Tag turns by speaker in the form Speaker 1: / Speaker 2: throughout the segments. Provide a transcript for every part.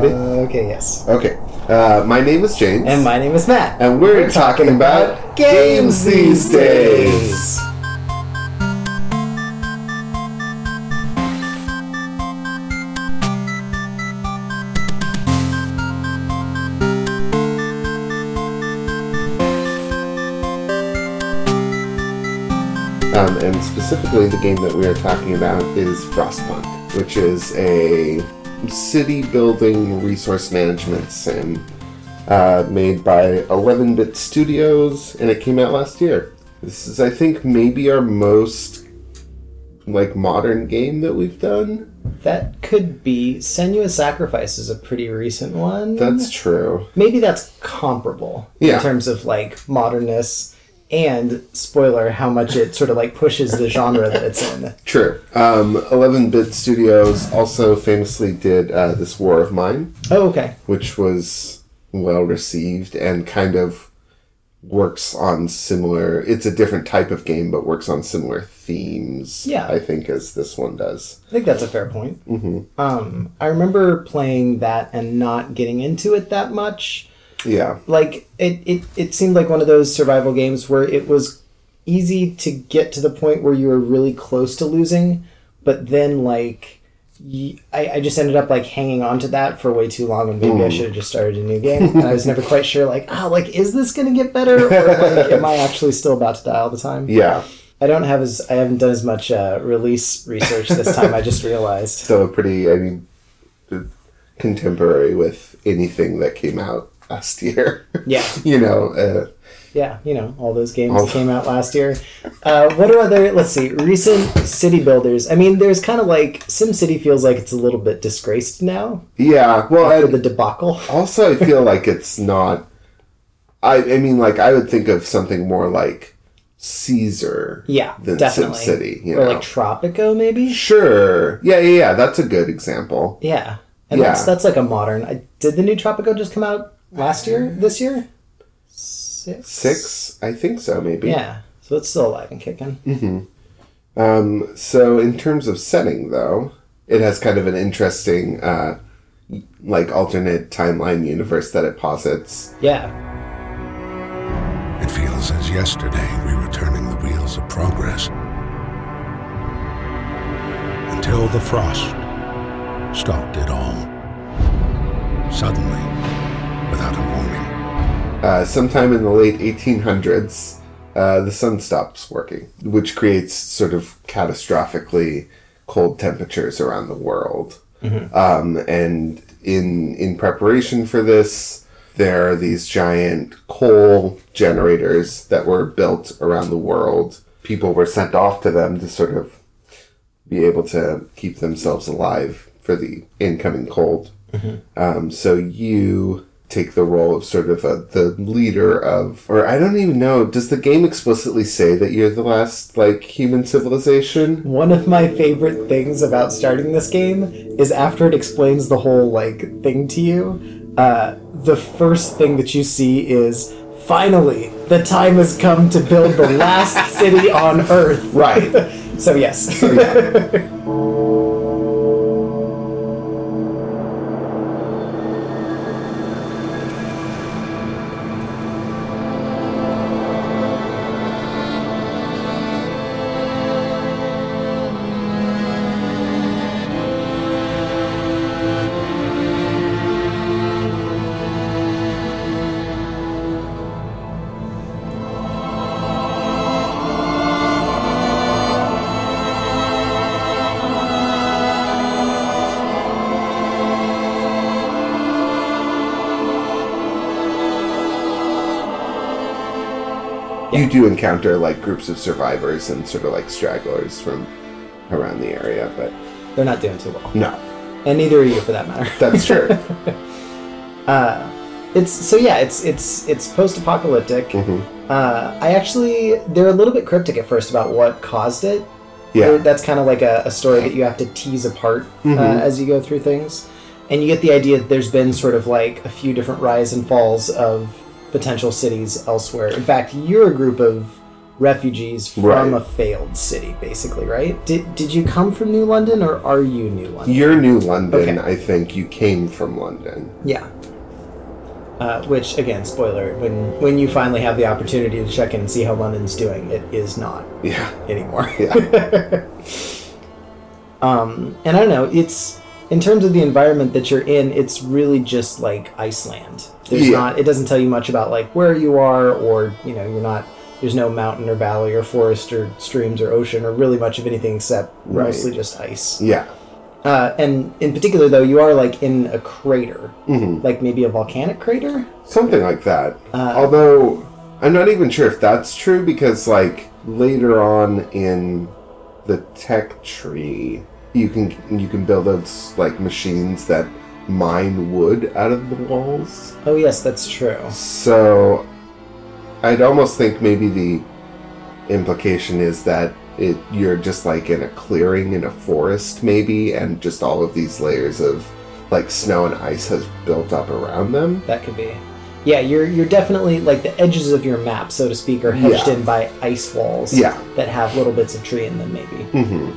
Speaker 1: Okay, yes.
Speaker 2: Okay. Uh, my name is James.
Speaker 1: And my name is Matt.
Speaker 2: And we're, talking, about games these days. Um, and specifically, the game that we are talking about is Frostpunk, which is a city building resource management sim uh, made by 11 Bit Studios, and it came out last year. This is, I think, maybe our most like modern game that we've done.
Speaker 1: That could be Senua's Sacrifice is a pretty recent one.
Speaker 2: That's true.
Speaker 1: Maybe that's comparable
Speaker 2: Yeah.
Speaker 1: in terms of like modernness and spoiler how much it sort of like pushes the genre that it's in.
Speaker 2: True. Um, 11 Bit Studios also famously did uh, This War of Mine,
Speaker 1: Oh, okay.
Speaker 2: which was well received and kind of works on similar. It's a different type of game, but works on similar themes,
Speaker 1: Yeah.
Speaker 2: I think, as this one does.
Speaker 1: I think that's a fair point. Mm-hmm. Um, I remember playing that and not getting into it that much.
Speaker 2: Yeah.
Speaker 1: like it, it it seemed like one of those survival games where it was easy to get to the point where you were really close to losing but then like y- I, I just ended up like hanging on to that for way too long and maybe i should have just started a new game and i was never quite sure like ah like is this gonna get better or like am i actually still about to die all the time
Speaker 2: Yeah.
Speaker 1: i don't have as i haven't done as much uh, release research this time i just realized
Speaker 2: So pretty, I mean, contemporary with anything that came out last year.
Speaker 1: Yeah.
Speaker 2: you know, uh,
Speaker 1: Yeah, you know, all those games
Speaker 2: All-
Speaker 1: that came out last year. Uh, what are other, let's see, recent city builders? I mean, there's kind of like SimCity feels like it's a little bit disgraced now
Speaker 2: yeah. Well,
Speaker 1: for
Speaker 2: I,
Speaker 1: the debacle.
Speaker 2: also I feel like it's not. I I mean, like I would think of something more like Caesar.
Speaker 1: Yeah,
Speaker 2: than
Speaker 1: definitely.
Speaker 2: SimCity. You
Speaker 1: or
Speaker 2: know.
Speaker 1: like Tropico, maybe?
Speaker 2: sure. Yeah, yeah, yeah. That's a good example.
Speaker 1: Yeah. And
Speaker 2: Yeah.
Speaker 1: that's that's like a modern. I, did the new Tropico just come out last year? This year? Six?
Speaker 2: Six, I think so. Maybe.
Speaker 1: Yeah. So it's still alive and kicking.
Speaker 2: Um, so in terms of setting, though, it has kind of an interesting, uh, like alternate timeline universe that it posits.
Speaker 1: Yeah.
Speaker 3: It feels as yesterday we were turning the wheels of progress. Until the frost stopped it all. Suddenly, without a warning.
Speaker 2: Uh, sometime in the late 1800s, uh, the sun stops working, which creates sort of catastrophically cold temperatures around the world. Um, and in in preparation for this, there are these giant coal generators that were built around the world. People were sent off to them to sort of be able to keep themselves alive for the incoming cold. Um, so you take the role of sort of a, the leader of, or I don't even know. Does the game explicitly say that you're the last like human civilization?
Speaker 1: One of my favorite things about starting this game is after it explains the whole like thing to you, uh, the first thing that you see is finally the time has come to build the last city on earth.
Speaker 2: Right.
Speaker 1: So yes.
Speaker 2: you do encounter like groups of survivors and sort of like stragglers from around the area, but
Speaker 1: They're not doing too well.
Speaker 2: no,
Speaker 1: And neither are you for that matter.
Speaker 2: that's true.
Speaker 1: It's so yeah, it's it's it's post-apocalyptic.
Speaker 2: Mm-hmm.
Speaker 1: Uh, I actually they're a little bit cryptic at first about what caused it. There-
Speaker 2: yeah, Mm-hmm.
Speaker 1: That's kind of like a, a story that you have to tease apart uh, as you go through things. And you get the idea that there's been sort of like a few different rise and falls of potential cities elsewhere. In fact, you're a group of refugees from
Speaker 2: Right.
Speaker 1: a failed city, basically, right? Did, did you come from New London or are you New London?
Speaker 2: You're New London,
Speaker 1: Okay.
Speaker 2: I think. You came from London.
Speaker 1: Yeah. Uh, which again, spoiler: when when you finally have the opportunity to check in and see how London's doing, it is not
Speaker 2: Yeah.
Speaker 1: anymore.
Speaker 2: Yeah.
Speaker 1: Um, and I don't know. It's in terms of the environment that you're in, it's really just like Iceland. There's
Speaker 2: Yeah.
Speaker 1: not. It doesn't tell you much about like where you are, or you know, you're not. There's no mountain or valley or forest or streams or ocean or really much of anything except
Speaker 2: Right.
Speaker 1: mostly just ice.
Speaker 2: yeah.
Speaker 1: Uh, and in particular, though, you are like in a crater,
Speaker 2: hmm
Speaker 1: like maybe a volcanic crater.
Speaker 2: Something like that.
Speaker 1: Uh,
Speaker 2: Although, I'm not even sure if that's true because, like, later on in the tech tree, you can you can build those like machines that mine wood out of the walls.
Speaker 1: Oh yes, that's true.
Speaker 2: So, I'd almost think maybe the implication is that it you're just like in a clearing in a forest, maybe, and just all of these layers of like snow and ice has built up around them.
Speaker 1: That could be. Yeah, you're you're definitely like the edges of your map, so to speak, are hedged
Speaker 2: Yeah.
Speaker 1: in by ice walls
Speaker 2: Yeah.
Speaker 1: that have little bits of tree in them, maybe.
Speaker 2: Mm-hmm.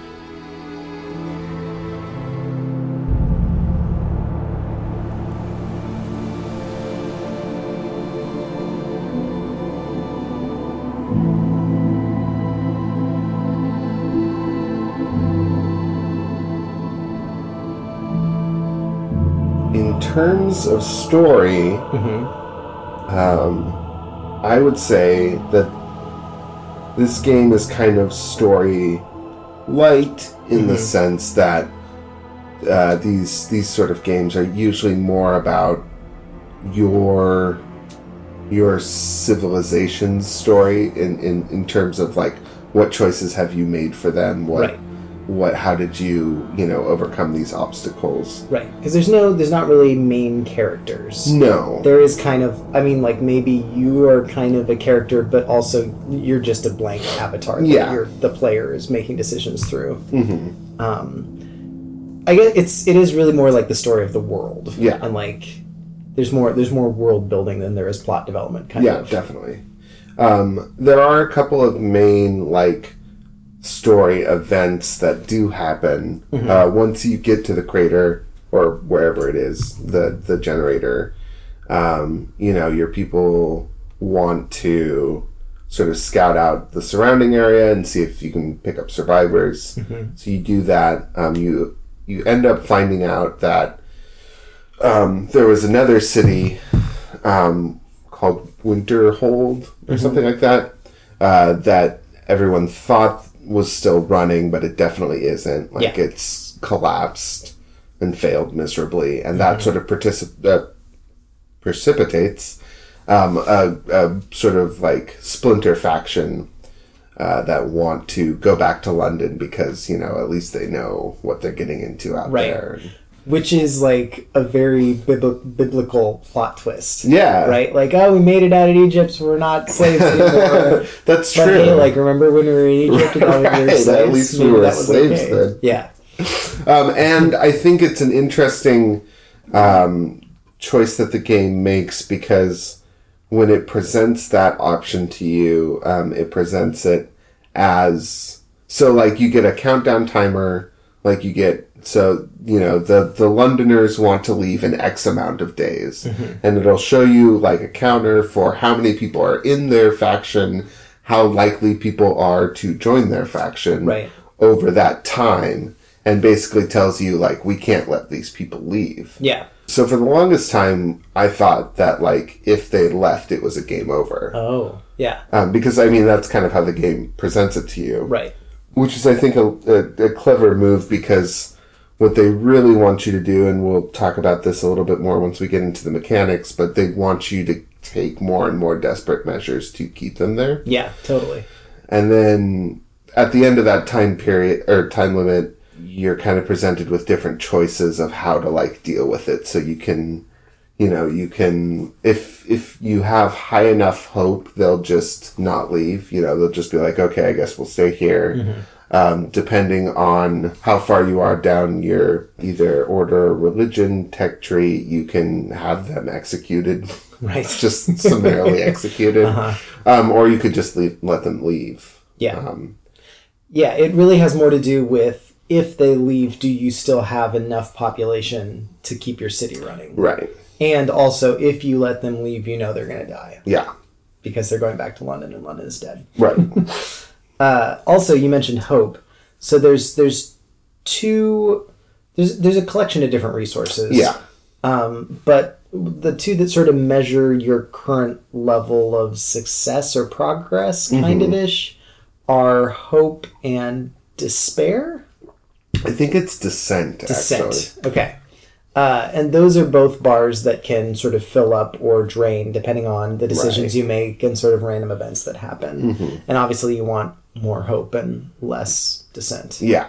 Speaker 2: In terms of story,
Speaker 1: Mm-hmm.
Speaker 2: um, I would say that this game is kind of story light in the
Speaker 1: Mhm.
Speaker 2: sense that uh, these these sort of games are usually more about your your civilization story in, in, in terms of like what choices have you made for them what
Speaker 1: Right.
Speaker 2: what how did you you know overcome these obstacles
Speaker 1: Right, because there's no there's not really main characters.
Speaker 2: no
Speaker 1: There is kind of I mean like maybe you are kind of a character, but also you're just a blank avatar. that
Speaker 2: Yeah.
Speaker 1: you're, the player is making decisions through.
Speaker 2: hmm
Speaker 1: Um, I guess it's it is really more like the story of the world.
Speaker 2: Yeah.
Speaker 1: and like there's more there's more world building than there is plot development. Kind
Speaker 2: yeah
Speaker 1: of.
Speaker 2: definitely um, there are a couple of main like story events that do happen
Speaker 1: Mm-hmm.
Speaker 2: uh, once you get to the crater or wherever it is the the generator um, you know your people want to sort of scout out the surrounding area and see if you can pick up survivors
Speaker 1: Mm-hmm.
Speaker 2: so you do that um, you you end up finding out that um, there was another city um, called Winterhold or
Speaker 1: Mm-hmm.
Speaker 2: something like that uh, that everyone thought was still running, but it definitely isn't. Like
Speaker 1: Yeah.
Speaker 2: it's collapsed and failed miserably, and
Speaker 1: Mm-hmm.
Speaker 2: that sort of particip- uh, precipitates um, a, a sort of like splinter faction. Uh, that want to go back to London because you know at least they know what they're getting into out
Speaker 1: Right.
Speaker 2: there.
Speaker 1: which is like a very bibli- biblical plot twist.
Speaker 2: Yeah,
Speaker 1: Right, like oh, we made it out of Egypt, so we're not slaves anymore.
Speaker 2: That's true.
Speaker 1: But hey, like remember when we were in Egypt and all we
Speaker 2: Right,
Speaker 1: were
Speaker 2: at
Speaker 1: slaves?
Speaker 2: least we
Speaker 1: Maybe
Speaker 2: were
Speaker 1: that was
Speaker 2: slaves
Speaker 1: okay.
Speaker 2: then.
Speaker 1: Yeah,
Speaker 2: Um, and I think it's an interesting um, choice that the game makes because when it presents that option to you, um, it presents it as so like you get a countdown timer, like you get so you know the the Londoners want to leave in X amount of days, and it'll show you like a counter for how many people are in their faction, how likely people are to join their faction,
Speaker 1: Right.
Speaker 2: over that time and basically tells you like we can't let these people leave.
Speaker 1: yeah.
Speaker 2: So for the longest time I thought that like if they left it was a game over.
Speaker 1: Oh, yeah.
Speaker 2: Um, because I mean that's kind of how the game presents it to you.
Speaker 1: Right.
Speaker 2: Which is I think a, a, a clever move because what they really want you to do and we'll talk about this a little bit more once we get into the mechanics, but they want you to take more and more desperate measures to keep them there.
Speaker 1: Yeah. Totally.
Speaker 2: And then at the end of that time period or time limit, you're kind of presented with different choices of how to like deal with it. So you can, you know, you can if if you have high
Speaker 1: Mm-hmm.
Speaker 2: enough hope, they'll just not leave. You know, they'll just be like, okay, I guess we'll stay here. um, depending on how far you are down your either order or religion tech tree, you can have them executed,
Speaker 1: Right. Uh-huh.
Speaker 2: just summarily executed, um, or you could just leave, let them leave.
Speaker 1: Yeah.
Speaker 2: Um,
Speaker 1: Yeah, it really has more to do with if they leave, do you still have enough population to keep your city running?
Speaker 2: right.
Speaker 1: And also, if you let them leave, you know they're going to die
Speaker 2: Yeah.
Speaker 1: because they're going back to London and London is dead.
Speaker 2: Right.
Speaker 1: also you mentioned hope so there's there's two there's there's a collection of different resources
Speaker 2: yeah.
Speaker 1: but the two that sort of measure your current level of success or progress kind of ish are hope and despair
Speaker 2: I think it's descent. Actually.
Speaker 1: descent okay uh, and those are both bars that can sort of fill up or drain depending on the decisions you make and sort of random events that happen and obviously you want more hope and less descent
Speaker 2: Yeah.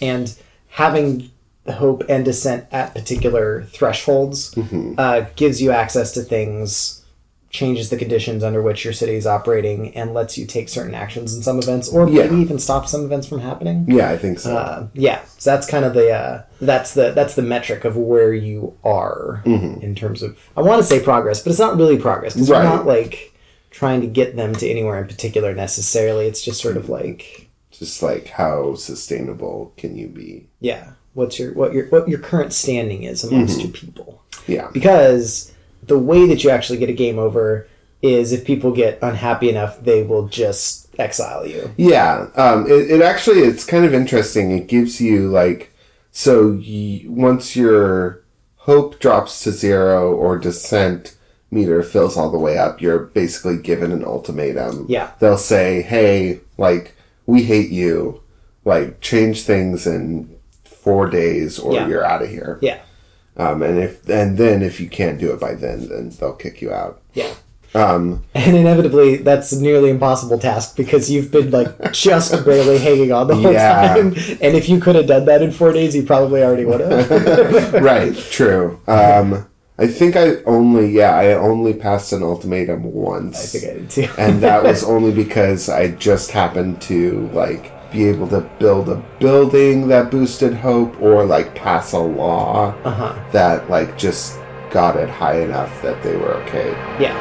Speaker 1: and having hope and dissent at particular thresholds
Speaker 2: Mm-hmm.
Speaker 1: uh, gives you access to things changes the conditions under which your city is operating and lets you take certain actions in some events or
Speaker 2: Yeah.
Speaker 1: maybe even stop some events from happening
Speaker 2: Yeah, I think so.
Speaker 1: uh, yeah so that's kind of the uh, that's the that's the metric of where you are in terms of i want to say progress but it's not really progress because
Speaker 2: Mm-hmm. Right.
Speaker 1: you're not like trying to get them to anywhere in particular necessarily it's just sort of like
Speaker 2: just like how sustainable can you be?
Speaker 1: yeah what's your what your what your current standing is amongst
Speaker 2: Mm-hmm.
Speaker 1: your people
Speaker 2: Yeah.
Speaker 1: because the way that you actually get a game over is if people get unhappy enough they will just exile you
Speaker 2: Yeah, um, it, it actually it's kind of interesting. It gives you like so y once your hope drops to zero or descent meter fills all the way up, you're basically given an ultimatum.
Speaker 1: Yeah.
Speaker 2: they'll say, "Hey, like we hate you, like change things in four days or
Speaker 1: Yeah.
Speaker 2: you're out of here."
Speaker 1: yeah
Speaker 2: Um, and if and then if you can't do it by then, then they'll kick you out.
Speaker 1: yeah
Speaker 2: Um,
Speaker 1: and inevitably that's a nearly impossible task because you've been like just barely hanging on the whole
Speaker 2: Yeah.
Speaker 1: time and if you could have done that in four days you probably already would have
Speaker 2: right true um i think i only yeah i only passed an ultimatum once
Speaker 1: i think i did too
Speaker 2: and that was only because i just happened to like be able to build a building that boosted hope or like pass a law
Speaker 1: uh-huh
Speaker 2: that like just got it high enough that they were okay
Speaker 1: yeah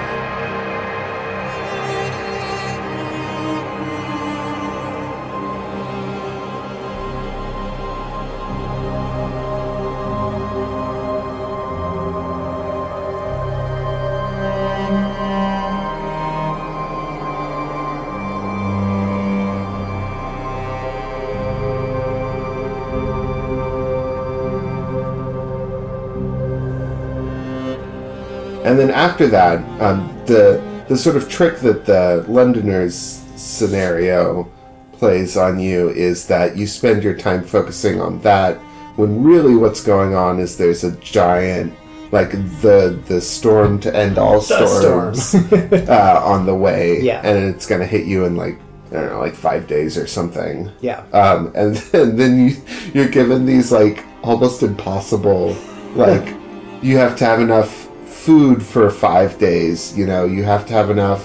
Speaker 2: And then after that, um, the the sort of trick that the Londoners scenario plays on you is that you spend your time focusing on that when really what's going on is there's a giant like the the storm to end all
Speaker 1: storm.
Speaker 2: storms uh, on the way,
Speaker 1: Yeah.
Speaker 2: and it's gonna hit you in like I don't know like five days or something.
Speaker 1: yeah
Speaker 2: Um, and then, then you you're given these like almost impossible like you have to have enough food for five days. You know, you have to have enough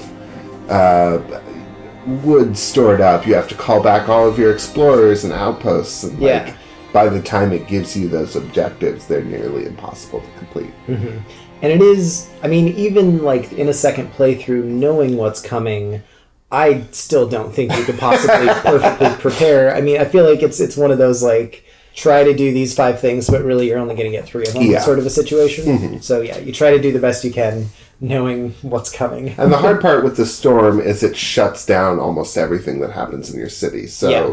Speaker 2: uh, wood stored up. You have to call back all of your explorers and outposts. And like
Speaker 1: Yeah.
Speaker 2: by the time it gives you those objectives, they're nearly impossible to complete.
Speaker 1: And it is, I mean, even like in a second playthrough, knowing what's coming, I still don't think you could possibly perfectly prepare. I mean, I feel like it's it's one of those like try to do these five things, but really you're only going to get three of them
Speaker 2: Yeah. Mm-hmm.
Speaker 1: sort of a situation. So yeah, you try to do the best you can, knowing what's coming.
Speaker 2: And the hard part with the storm is it shuts down almost everything that happens in your city. So
Speaker 1: Yeah.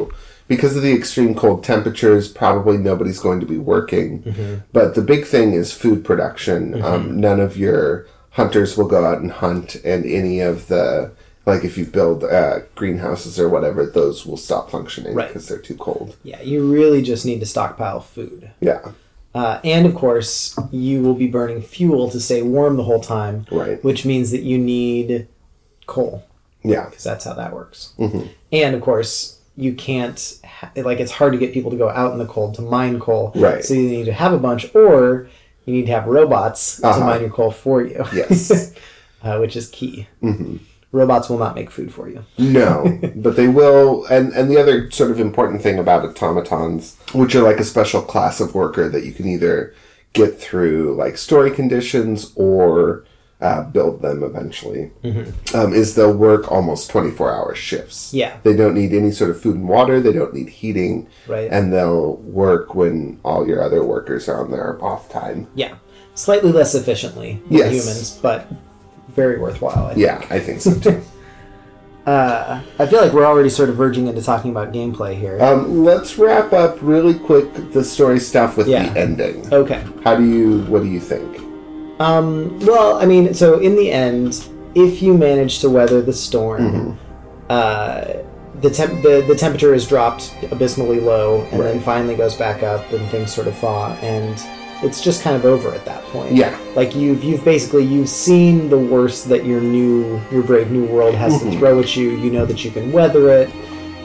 Speaker 2: because of the extreme cold temperatures, probably nobody's going to be working.
Speaker 1: Mm-hmm.
Speaker 2: But the big thing is food production. Um, none of your hunters will go out and hunt, and any of the like if you build uh, greenhouses or whatever, those will stop functioning
Speaker 1: Right.
Speaker 2: because they're too cold.
Speaker 1: Yeah, you really just need to stockpile food.
Speaker 2: Yeah,
Speaker 1: Uh, and of course, you will be burning fuel to stay warm the whole time,
Speaker 2: Right.
Speaker 1: which means that you need coal.
Speaker 2: yeah,
Speaker 1: because that's how that works.
Speaker 2: Mm-hmm.
Speaker 1: And of course, you can't ha- like it's hard to get people to go out in the cold to mine coal.
Speaker 2: Right.
Speaker 1: So you need to have a bunch, or you need to have robots
Speaker 2: Uh-huh.
Speaker 1: to mine your coal for you.
Speaker 2: Yes. Mm-hmm.
Speaker 1: uh, which is key. robots will not make food for you.
Speaker 2: No, but they will. And, and the other sort of important thing about automatons, which are like a special class of worker that you can either get through like story conditions or uh, build them eventually, um, is they'll work almost 24 hour shifts.
Speaker 1: Mm-hmm. Yeah.
Speaker 2: They don't need any sort of food and water, they don't need heating.
Speaker 1: Right.
Speaker 2: And they'll work when all your other workers are on their off time.
Speaker 1: Yeah, slightly less efficiently than
Speaker 2: Yes.
Speaker 1: humans, but very worthwhile. I think.
Speaker 2: Yeah, I think so too.
Speaker 1: I feel like we're already sort of verging into talking about gameplay here.
Speaker 2: um, let's wrap up really quick the story stuff with
Speaker 1: Yeah.
Speaker 2: the ending.
Speaker 1: okay.
Speaker 2: How do you? What do you think?
Speaker 1: Well, I mean, so in the end, if you manage to weather the storm,
Speaker 2: Mm-hmm.
Speaker 1: uh, the, temp- the the temperature is dropped abysmally low, and then finally goes back up, and things sort of thaw, and it's just kind of over at that point.
Speaker 2: Yeah.
Speaker 1: like you've you've basically you've seen the worst that your new your brave new world has
Speaker 2: Mm-hmm.
Speaker 1: to throw at you. You know that you can weather it,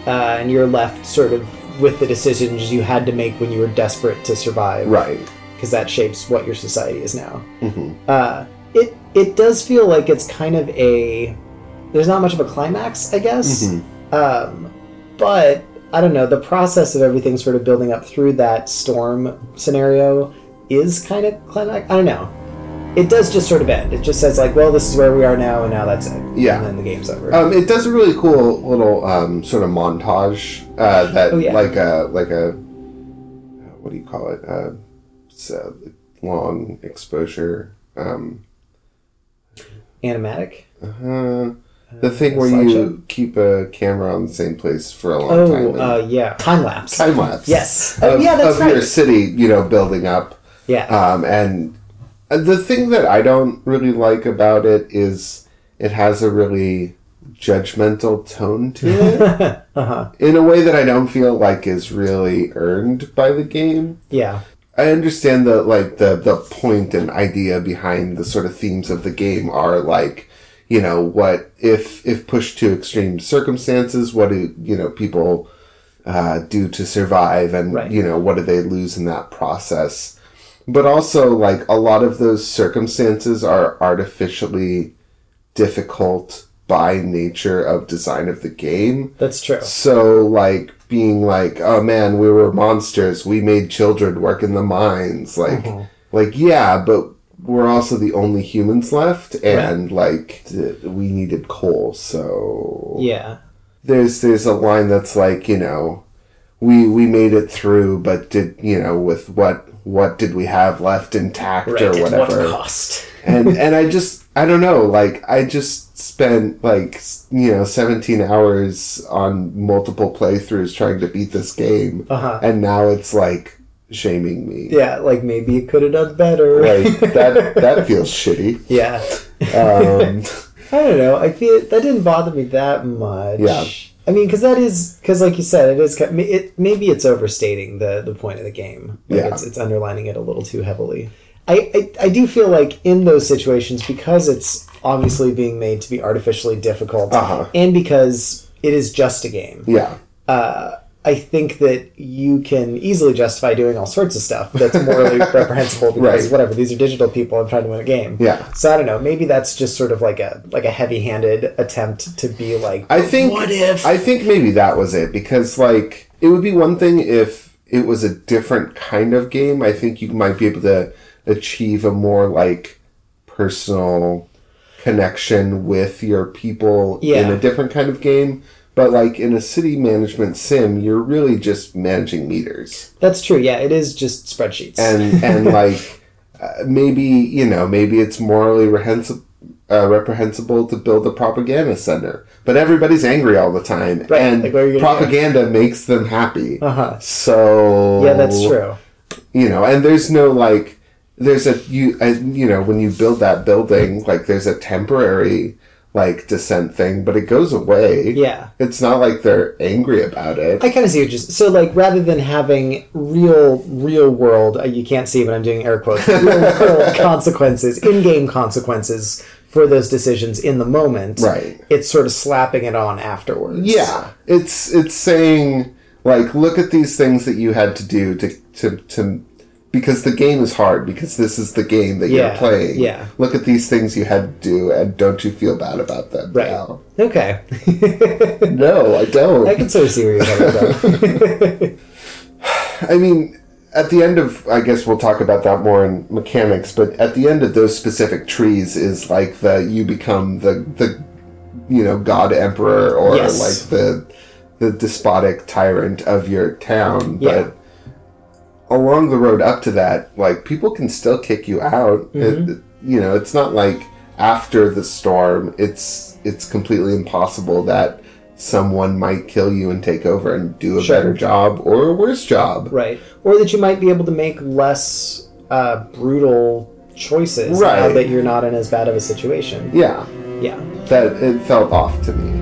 Speaker 1: uh, and you're left sort of with the decisions you had to make when you were desperate to survive
Speaker 2: Right.
Speaker 1: because that shapes what your society is now.
Speaker 2: Mm-hmm.
Speaker 1: Uh, it it does feel like it's kind of a there's not much of a climax, I guess.
Speaker 2: Mm-hmm.
Speaker 1: Um, but I don't know. The process of everything sort of building up through that storm scenario is kind of climax. I don't know. It does just sort of end. It just says like, well, this is where we are now, and now that's it.
Speaker 2: Yeah.
Speaker 1: and then the game's over.
Speaker 2: Um, it does a really cool little um, sort of montage uh, that
Speaker 1: Oh, yeah.
Speaker 2: like a like a uh, what do you call it? Uh, it's a long exposure. Um,
Speaker 1: Animatic.
Speaker 2: uh, the thing where you keep a camera on the same place for a long time.
Speaker 1: Oh,
Speaker 2: and-
Speaker 1: uh, yeah. Time lapse.
Speaker 2: time lapse.
Speaker 1: Yes.
Speaker 2: Of,
Speaker 1: Oh, yeah, that's
Speaker 2: of
Speaker 1: right.
Speaker 2: your city, you know, building up.
Speaker 1: Yeah.
Speaker 2: Um, and the thing that I don't really like about it is it has a really judgmental tone to it in a way that I don't feel like is really earned by the game.
Speaker 1: yeah.
Speaker 2: I understand the like the the point and idea behind the sort of themes of the game are like you know what if if pushed to extreme circumstances what do you know people uh, do to survive and
Speaker 1: Right.
Speaker 2: you know what do they lose in that process but also like a lot of those circumstances are artificially difficult by nature of design of the game
Speaker 1: That's true.
Speaker 2: so like being like, oh man, we were monsters. We made children work in the mines. Like,
Speaker 1: Mm-hmm.
Speaker 2: like yeah, but we're also the only humans left, and like th- we needed coal. So
Speaker 1: Yeah.
Speaker 2: there's there's a line that's like you know, we we made it through, but did you know with what what did we have left intact
Speaker 1: Right.
Speaker 2: or
Speaker 1: At what
Speaker 2: whatever?
Speaker 1: cost?
Speaker 2: and and I just I don't know like I just spent like s- you know 17 hours on multiple playthroughs trying to beat this game
Speaker 1: Uh-huh.
Speaker 2: and now it's like shaming me
Speaker 1: Yeah, like maybe it could have done better.
Speaker 2: like that that feels shitty
Speaker 1: yeah.
Speaker 2: um,
Speaker 1: I don't know. I feel that didn't bother me that much.
Speaker 2: Yeah.
Speaker 1: I mean, because that is because, like you said, it is. ki- It maybe it's overstating the the point of the game. Like
Speaker 2: Yeah.
Speaker 1: it's, it's underlining it a little too heavily. I, I I do feel like in those situations because it's obviously being made to be artificially difficult,
Speaker 2: Uh-huh.
Speaker 1: and because it is just a game.
Speaker 2: yeah
Speaker 1: uh, I think that you can easily justify doing all sorts of stuff that's morally reprehensible because
Speaker 2: Right.
Speaker 1: whatever these are digital people I'm trying to win a game.
Speaker 2: Yeah.
Speaker 1: So I don't know. Maybe that's just sort of like a like a heavy-handed attempt to be like.
Speaker 2: I think
Speaker 1: What if?
Speaker 2: I think maybe that was it because like it would be one thing if it was a different kind of game. I think you might be able to achieve a more like personal connection with your people in
Speaker 1: Yeah.
Speaker 2: a different kind of game. But like in a city management sim, you're really just managing meters
Speaker 1: that's true. Yeah, it is just spreadsheets.
Speaker 2: and and like uh, maybe you know maybe it's morally reprehensible. Uh, reprehensible to build a propaganda center, but everybody's angry all the time,
Speaker 1: Right,
Speaker 2: and
Speaker 1: like, what are you gonna do?
Speaker 2: propaganda makes them happy.
Speaker 1: Uh-huh.
Speaker 2: So
Speaker 1: yeah, that's
Speaker 2: Oh.
Speaker 1: true.
Speaker 2: You know, and there's no like, there's a you uh, you know when you build that building, like there's a temporary like dissent thing, but it goes away.
Speaker 1: Yeah.
Speaker 2: it's not like they're angry about it.
Speaker 1: I kind of see what you're so like rather than having real real world uh, you can't see but I'm doing air quotes real world consequences in game consequences for those decisions in the moment
Speaker 2: Right.
Speaker 1: it's sort of slapping it on afterwards
Speaker 2: Yeah, it's it's saying like look at these things that you had to do to to to because the game is hard because this is the game that
Speaker 1: Yeah,
Speaker 2: you're playing.
Speaker 1: yeah.
Speaker 2: Look at these things you had to do and don't you feel bad about them.
Speaker 1: Right.
Speaker 2: now.
Speaker 1: Okay.
Speaker 2: No, I don't.
Speaker 1: I can sort of see where you're coming from.
Speaker 2: I mean, at the end of, I guess we'll talk about that more in mechanics, but at the end of those specific trees is like the you become the the you know god emperor or
Speaker 1: Yes.
Speaker 2: like the the despotic tyrant of your town,
Speaker 1: Yeah.
Speaker 2: but. Along the road up to that, like people can still kick you out. It- It,
Speaker 1: Mm-hmm.
Speaker 2: you know, it's not like after the storm, it's it's completely impossible that someone might kill you and take over and do a
Speaker 1: Sure.
Speaker 2: better job or a worse job.
Speaker 1: right. Or that you might be able to make less uh, brutal choices now
Speaker 2: Right.
Speaker 1: that you're not in as bad of a situation.
Speaker 2: Yeah,
Speaker 1: Yeah.
Speaker 2: that it felt off to me.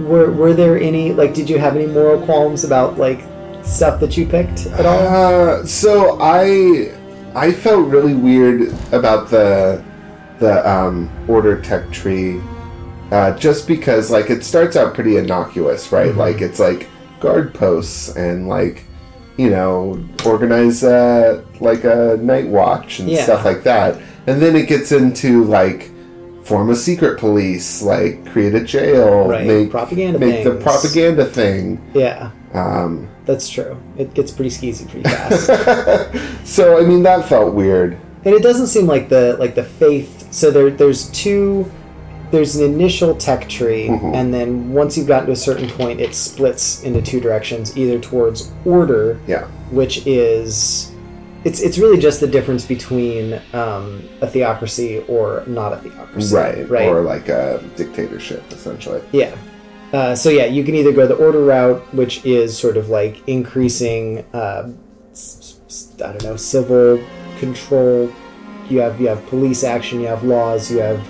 Speaker 1: Were Were there any like? Did you have any moral qualms about like stuff that you picked at all?
Speaker 2: Uh, so I I felt really weird about the the um, order tech tree, uh, just because like it starts out pretty innocuous, right?
Speaker 1: Mm-hmm.
Speaker 2: Like it's like guard posts and like you know organize uh, like a night watch and
Speaker 1: Yeah.
Speaker 2: stuff like that, and then it gets into like form a secret police, like create a jail,
Speaker 1: Right,
Speaker 2: make
Speaker 1: propaganda
Speaker 2: make the
Speaker 1: things.
Speaker 2: propaganda thing.
Speaker 1: Yeah,
Speaker 2: Um,
Speaker 1: that's true. It gets pretty skeezy pretty fast,
Speaker 2: So I mean that felt weird.
Speaker 1: and it doesn't seem like the like the faith. So there there's two. There's an initial tech tree, and then once you've gotten to a certain point, it splits into two directions, either towards order,
Speaker 2: Yeah.
Speaker 1: which is. It's, it's really just the difference between um, a theocracy or not a theocracy.
Speaker 2: Right.
Speaker 1: Right.
Speaker 2: Or like a dictatorship essentially.
Speaker 1: Yeah. Uh, so yeah, you can either go the order route, which is sort of like increasing, uh, s- s- I don't know, civil control. You have you have police action, you have laws, you have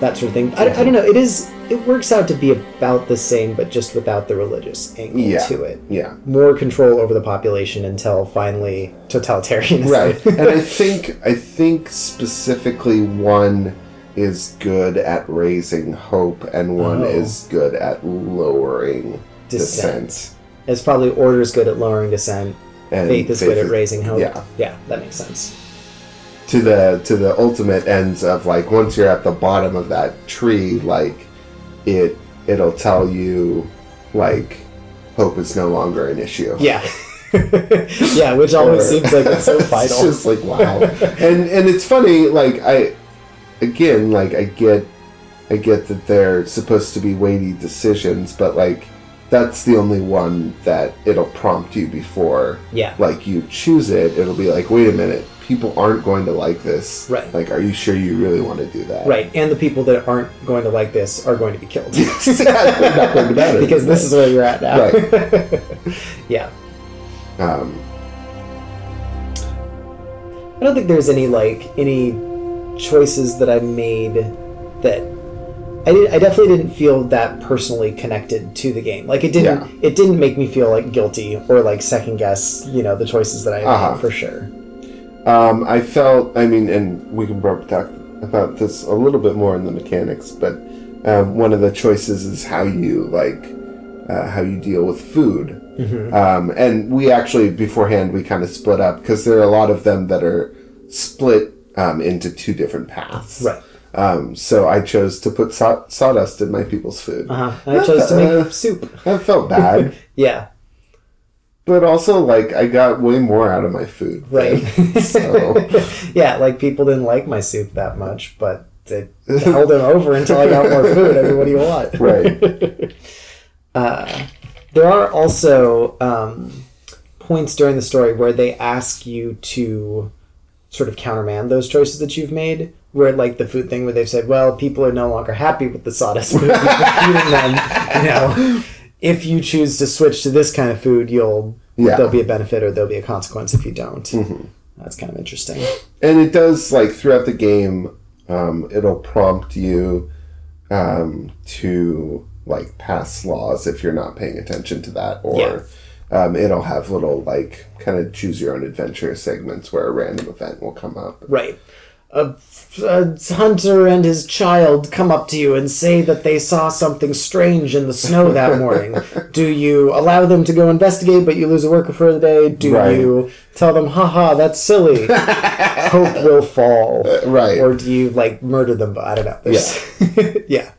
Speaker 1: that sort of thing. I, I don't know. It is it works out to be about the same, but just without the religious angle
Speaker 2: Yeah.
Speaker 1: to it.
Speaker 2: Yeah.
Speaker 1: More control over the population until finally totalitarianism.
Speaker 2: Right. and I think I think specifically one is good at raising hope and one
Speaker 1: Oh.
Speaker 2: is good at lowering
Speaker 1: Dissent.
Speaker 2: dissent.
Speaker 1: It's probably orders good at lowering dissent.
Speaker 2: And
Speaker 1: Faith is good at raising hope.
Speaker 2: yeah.
Speaker 1: Yeah, that makes sense.
Speaker 2: to the to the ultimate ends of like once you're at the bottom of that tree like it it'll tell you like hope is no longer an issue.
Speaker 1: Yeah. yeah, which always
Speaker 2: Sure.
Speaker 1: seems like it's so vital.
Speaker 2: it's just like wow, and and it's funny. Like I, again, like I get, I get that they're supposed to be weighty decisions, but like that's the only one that it'll prompt you before
Speaker 1: yeah.
Speaker 2: like you choose it. It'll be like, wait a minute, people aren't going to like this.
Speaker 1: Right.
Speaker 2: Like, are you sure you really want to do that?
Speaker 1: Right. And the people that aren't going to like this are going to be killed.
Speaker 2: Exactly, not going to matter.
Speaker 1: because this is where you're at now.
Speaker 2: Right.
Speaker 1: Yeah.
Speaker 2: Um,
Speaker 1: I don't think there's any like any choices that I made that I did, I definitely didn't feel that personally connected to the game. Like it didn't
Speaker 2: Yeah.
Speaker 1: it didn't make me feel like guilty or like second guess, you know, the choices that I made
Speaker 2: Uh-huh.
Speaker 1: for sure.
Speaker 2: Um, I felt, I mean, and we can probably talk about this a little bit more in the mechanics, but um, one of the choices is how you like uh, how you deal with food. Um, and we actually beforehand we kind of split up because there are a lot of them that are split um, into two different paths.
Speaker 1: Right.
Speaker 2: Um, so I chose to put saw- sawdust in my people's food.
Speaker 1: Uh-huh. And I chose to
Speaker 2: Uh,
Speaker 1: make soup.
Speaker 2: That felt bad,
Speaker 1: Yeah.
Speaker 2: but also like I got way more out of my food.
Speaker 1: Right.
Speaker 2: So.
Speaker 1: yeah, like people didn't like my soup that much, but it held them over until I got more food. I mean, what do you want?
Speaker 2: Right.
Speaker 1: There are also um, points during the story where they ask you to sort of countermand those choices that you've made. Where like the food thing, where they've said, "Well, people are no longer happy with the sawdust food. You've been feeding them, you know, if you choose to switch to this kind of food, you'll
Speaker 2: Yeah.
Speaker 1: there'll be a benefit or there'll be a consequence if you don't. That's kind of interesting.
Speaker 2: and it does like throughout the game um, it'll prompt you um, to like pass laws if you're not paying attention to that or um, it'll have little like kind of choose your own adventure segments where a random event will come up
Speaker 1: Right. A, a hunter and his child come up to you and say that they saw something strange in the snow that morning. Do you allow them to go investigate, but you lose a worker for the day? Do
Speaker 2: Right.
Speaker 1: you tell them, haha, that's silly, hope will fall?
Speaker 2: Uh, right.
Speaker 1: Or do you, like, murder them? But I don't know. There's- yeah.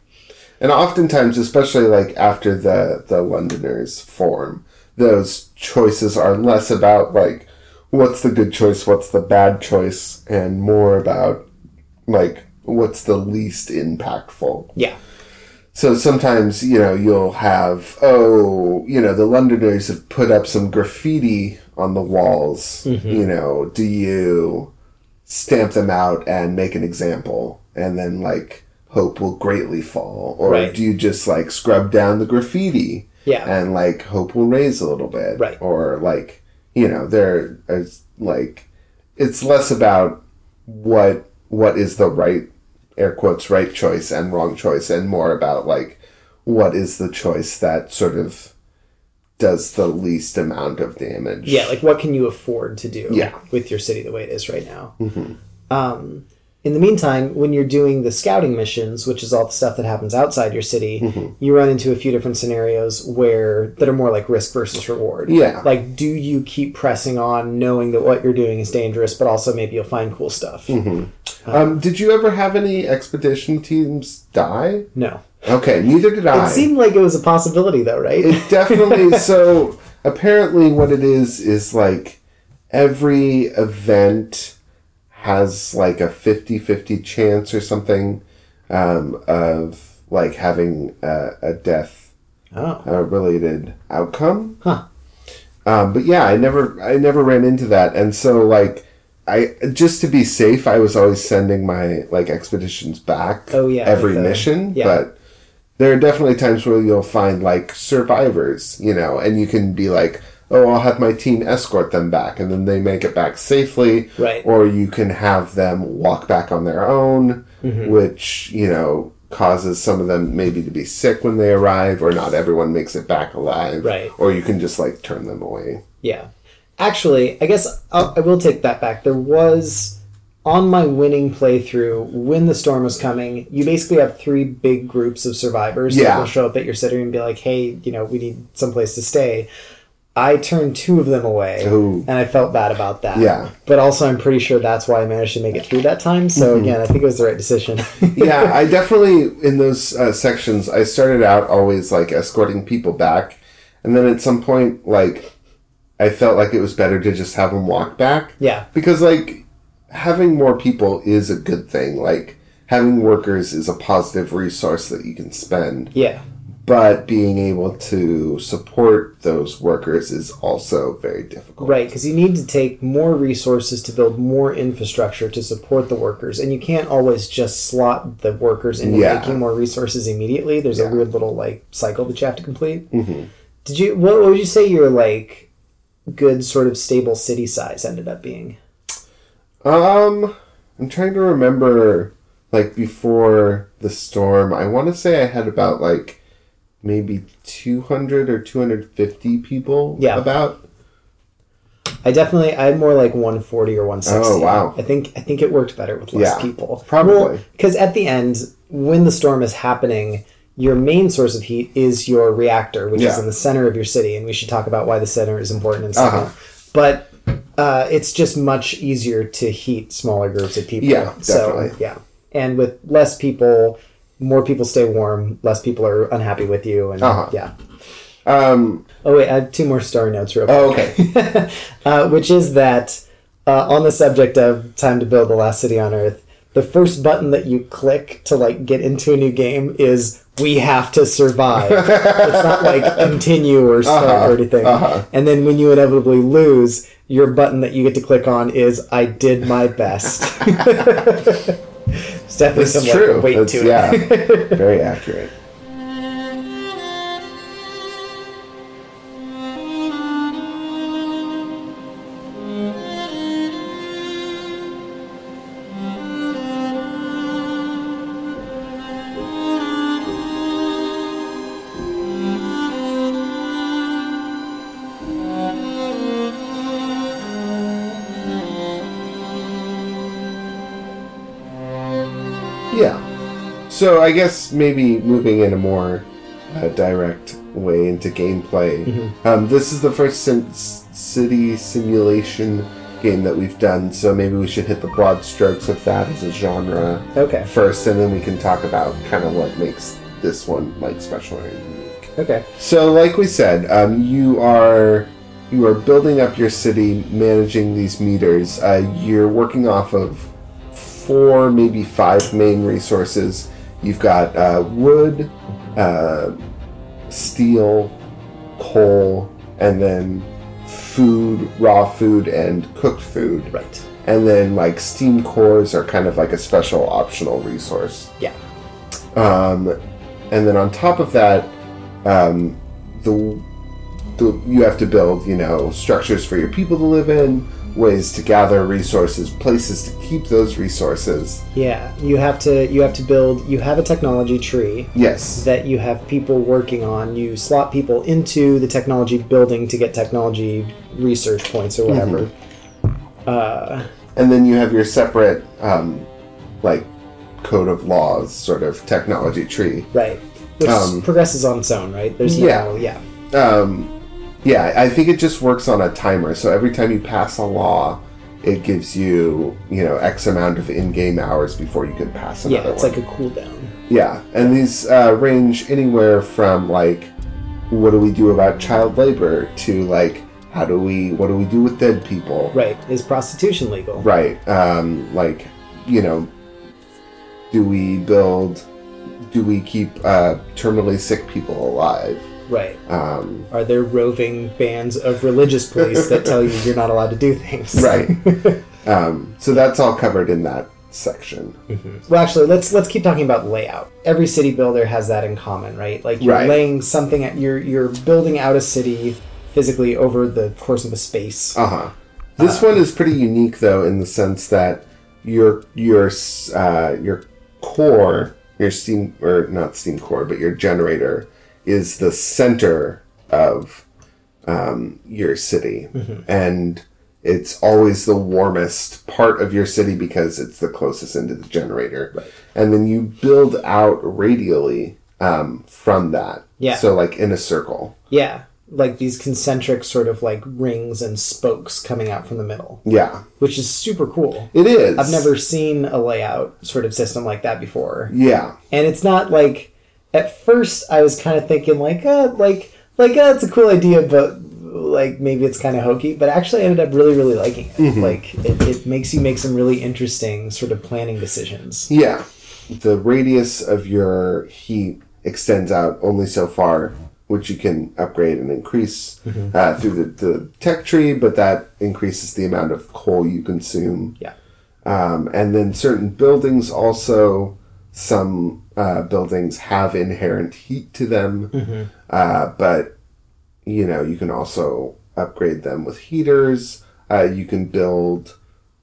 Speaker 2: and oftentimes especially like after the the londoners form those choices are less about like what's the good choice what's the bad choice and more about like what's the least impactful
Speaker 1: Yeah.
Speaker 2: So sometimes, you know, you'll have, oh, you know, the Londoners have put up some graffiti on the walls. You know, do you stamp them out and make an example? And then, like, hope will greatly fall. Or
Speaker 1: Right.
Speaker 2: do you just, like, scrub down the graffiti?
Speaker 1: Yeah.
Speaker 2: And, like, hope will raise a little bit?
Speaker 1: Right.
Speaker 2: Or, like, you know, there is, like, it's less about what what is the right air quotes right choice and wrong choice and more about like what is the choice that sort of does the least amount of damage
Speaker 1: Yeah, like what can you afford to do
Speaker 2: Yeah. Mm-hmm.
Speaker 1: with your city the way it is right now? Um, in the meantime, when you're doing the scouting missions, which is all the stuff that happens outside your city,
Speaker 2: Mm-hmm.
Speaker 1: you run into a few different scenarios where that are more like risk versus reward.
Speaker 2: Yeah.
Speaker 1: Like, do you keep pressing on knowing that what you're doing is dangerous, but also maybe you'll find cool stuff?
Speaker 2: um did you ever have any expedition teams die
Speaker 1: No.
Speaker 2: okay neither did i
Speaker 1: It seemed like it was a possibility, though, right?
Speaker 2: it definitely so apparently what it is is like every event has like a 50-50 chance or something um, of like having a, a death
Speaker 1: oh.
Speaker 2: uh, related outcome
Speaker 1: Huh.
Speaker 2: um, but yeah i never i never ran into that and so like i just to be safe i was always sending my like expeditions back
Speaker 1: Oh, yeah,
Speaker 2: every
Speaker 1: like the-
Speaker 2: mission
Speaker 1: yeah.
Speaker 2: but there are definitely times where you'll find like survivors, you know, and you can be like, oh, I'll have my team escort them back, and then they make it back safely.
Speaker 1: Right.
Speaker 2: Or you can have them walk back on their own,
Speaker 1: Mm-hmm.
Speaker 2: which, you know, causes some of them maybe to be sick when they arrive, or not everyone makes it back alive.
Speaker 1: Right.
Speaker 2: Or you can just like turn them away.
Speaker 1: Yeah. Actually, I guess I'll, I will take that back. There was on my winning playthrough when the storm was coming. You basically have three big groups of survivors that
Speaker 2: Yeah.
Speaker 1: will show up at your city and be like, "Hey, you know, we need someplace to stay." I turned two of them away,
Speaker 2: Ooh.
Speaker 1: and I felt bad about that.
Speaker 2: Yeah.
Speaker 1: But also, I'm pretty sure that's why I managed to make it through that time. So
Speaker 2: Mm-hmm.
Speaker 1: again, I think it was the right decision.
Speaker 2: yeah, I definitely in those uh, sections. I started out always like escorting people back, and then at some point, like I felt like it was better to just have them walk back.
Speaker 1: Yeah.
Speaker 2: because like having more people is a good thing. Like having workers is a positive resource that you can spend,
Speaker 1: yeah.
Speaker 2: but being able to support those workers is also very difficult.
Speaker 1: Right, because you need to take more resources to build more infrastructure to support the workers, and you can't always just slot the workers into
Speaker 2: Yeah.
Speaker 1: making more resources immediately. There's a weird little like cycle that you have to complete. Mm-hmm. Did you? What, what would you say your like good sort of stable city size ended up being?
Speaker 2: Um, I'm trying to remember, like before the storm. I want to say I had about like maybe 200 or 250 people.
Speaker 1: Yeah.
Speaker 2: About
Speaker 1: I definitely I had more like 140 or 160.
Speaker 2: Oh, wow.
Speaker 1: I think I think it worked better with less
Speaker 2: Yeah,
Speaker 1: people.
Speaker 2: probably.
Speaker 1: because at the end, when the storm is happening, your main source of heat is your reactor, which is
Speaker 2: Yeah.
Speaker 1: in the center of your city, and we should talk about why the center is important in a 2nd
Speaker 2: Uh-huh.
Speaker 1: But uh, it's just much easier to heat smaller groups of people.
Speaker 2: Yeah, definitely.
Speaker 1: So, yeah, and with less people, more people stay warm. Less people are unhappy with you, and
Speaker 2: Uh-huh.
Speaker 1: yeah.
Speaker 2: um.
Speaker 1: Oh wait, I have two more story notes real quick
Speaker 2: Oh, okay.
Speaker 1: uh, which is that uh, on the subject of time to build the last city on earth the first button that you click to like get into a new game is we have to survive it's not like continue or start
Speaker 2: Uh-huh.
Speaker 1: or anything and then when you inevitably lose your button that you get to click on is i did my best it's definitely
Speaker 2: It's
Speaker 1: some
Speaker 2: true.
Speaker 1: like, weight
Speaker 2: That's-
Speaker 1: to it
Speaker 2: yeah. very accurate. So I guess maybe moving in a more uh, direct way into gameplay.
Speaker 1: Mm-hmm.
Speaker 2: Um, this is the first sim- city simulation game that we've done, so maybe we should hit the broad strokes of that as a genre
Speaker 1: Okay.
Speaker 2: first, and then we can talk about kind of what makes this one like special or unique.
Speaker 1: Okay.
Speaker 2: So, like we said, um, you are you are building up your city, managing these meters. Uh, you're working off of four, maybe five main resources. You've got uh, wood, uh, steel, coal, and then food, raw food, and cooked food.
Speaker 1: Right.
Speaker 2: And then like steam cores are kind of like a special optional resource.
Speaker 1: Yeah.
Speaker 2: Um, and then on top of that, um, the, the you have to build you know structures for your people to live in, ways to gather resources, places to keep those resources.
Speaker 1: Yeah. You have to you have to build you have a technology tree
Speaker 2: Yes.
Speaker 1: that you have people working on. You slot people into the technology building to get technology research points or whatever.
Speaker 2: Mm-hmm.
Speaker 1: Uh,
Speaker 2: and then you have your separate um, like code of laws sort of technology tree
Speaker 1: right. Which
Speaker 2: Um,
Speaker 1: progresses on its own, right? There's
Speaker 2: Yeah.
Speaker 1: no yeah.
Speaker 2: um, yeah i think it just works on a timer so every time you pass a law it gives you you know x amount of in-game hours before you can pass another
Speaker 1: Yeah, it's
Speaker 2: one.
Speaker 1: like a cooldown.
Speaker 2: yeah and these uh, range anywhere from like what do we do about child labor to like how do we what do we do with dead people
Speaker 1: Right. Is prostitution legal?
Speaker 2: Right. Um, like, you know, do we build, do we keep uh, terminally sick people alive?
Speaker 1: Right.
Speaker 2: Um,
Speaker 1: Are there roving bands of religious police that tell you you're not allowed to do things?
Speaker 2: right. um, so that's all covered in that section.
Speaker 1: Well, actually, let's let's keep talking about layout. Every city builder has that in common, right? Like you're
Speaker 2: Right.
Speaker 1: laying something at you're you're building out a city physically over the course of a space.
Speaker 2: Uh huh. This one is pretty unique, though, in the sense that your your s- uh, your core, your steam or not steam core, but your generator is the center of um, your city,
Speaker 1: Mm-hmm.
Speaker 2: and it's always the warmest part of your city because it's the closest into the generator. And then you build out radially um, from that.
Speaker 1: Yeah.
Speaker 2: So like in a circle.
Speaker 1: Yeah, like these concentric sort of like rings and spokes coming out from the middle,
Speaker 2: Yeah.
Speaker 1: which is super cool.
Speaker 2: It is.
Speaker 1: I've never seen a layout sort of system like that before.
Speaker 2: Yeah.
Speaker 1: and it's not like at first I was kind of thinking like uh like like uh, it's a cool idea but like maybe it's kind of hokey but actually I ended up really really liking it like it, it makes you make some really interesting sort of planning decisions
Speaker 2: Yeah. The radius of your heat extends out only so far, which you can upgrade and increase uh, through the, the tech tree, but that increases the amount of coal you consume.
Speaker 1: yeah
Speaker 2: Um, and then certain buildings also, some uh, buildings have inherent heat to them, uh, but you know, you can also upgrade them with heaters. Uh, you can build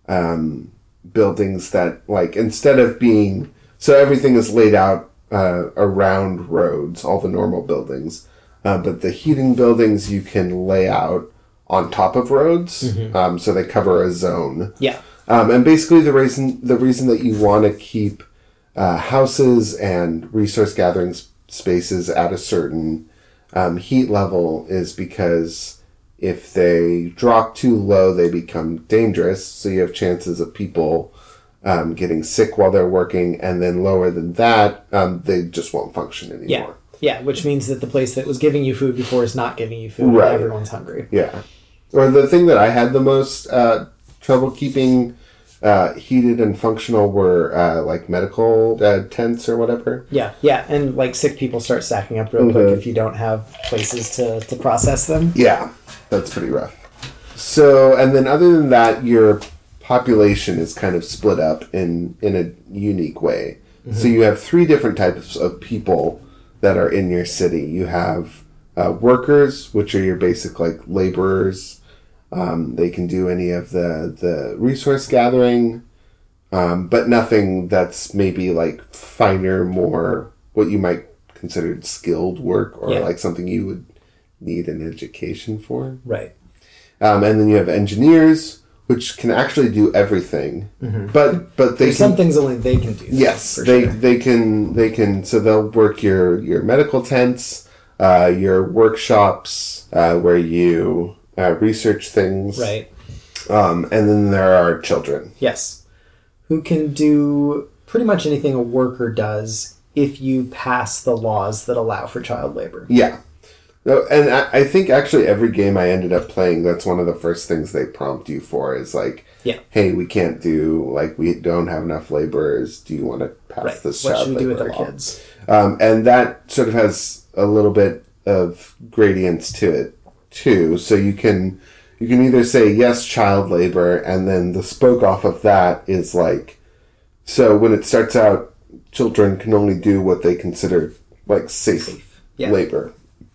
Speaker 2: um, buildings that, like, instead of being so everything is laid out uh, around roads, all the normal buildings, uh, but the heating buildings you can lay out on top of roads, um, so they cover a zone.
Speaker 1: yeah
Speaker 2: Um, and basically, the reason the reason that you want to keep uh, houses and resource gathering s- spaces at a certain um, heat level is because if they drop too low, they become dangerous. So you have chances of people um, getting sick while they're working, and then lower than that, um, they just won't function
Speaker 1: yeah
Speaker 2: anymore.
Speaker 1: yeah which means that the place that was giving you food before is not giving you food
Speaker 2: Right.
Speaker 1: and everyone's hungry
Speaker 2: Yeah. Or the thing that I had the most uh, trouble keeping uh, heated and functional were uh, like medical uh, tents or whatever.
Speaker 1: yeah yeah and like sick people start stacking up real quick if you don't have places to, to process them
Speaker 2: Yeah, that's pretty rough. So, and then other than that, your population is kind of split up in in a unique way. So you have three different types of people that are in your city. You have uh, workers, which are your basic like laborers. Um, they can do any of the the resource gathering, um, but nothing that's maybe like finer, more what you might consider skilled work or
Speaker 1: Yeah.
Speaker 2: like something you would need an education for.
Speaker 1: right
Speaker 2: Um, and then you have engineers, which can actually do everything, but but they
Speaker 1: Mm-hmm. Some
Speaker 2: can
Speaker 1: things only they can do.
Speaker 2: Yes,
Speaker 1: for
Speaker 2: they
Speaker 1: sure.
Speaker 2: they can they can so they'll work your your medical tents, uh, your workshops uh, where you uh, research things,
Speaker 1: Right.
Speaker 2: Um, and then there are children.
Speaker 1: Yes. Who can do pretty much anything a worker does if you pass the laws that allow for child labor.
Speaker 2: Yeah, No, and I, I think actually every game I ended up playing, that's one of the first things they prompt you for is like,
Speaker 1: Yeah.
Speaker 2: hey, we can't do like we don't have enough laborers. Do you want to pass
Speaker 1: Right. What
Speaker 2: this
Speaker 1: should
Speaker 2: child
Speaker 1: we do with the
Speaker 2: labor law?
Speaker 1: kids?
Speaker 2: Um, and that sort of has a little bit of gradients to it too. So you can you can either say yes, child labor, and then the spoke off of that is like so when it starts out, children can only do what they consider like safe,
Speaker 1: yeah.
Speaker 2: labor,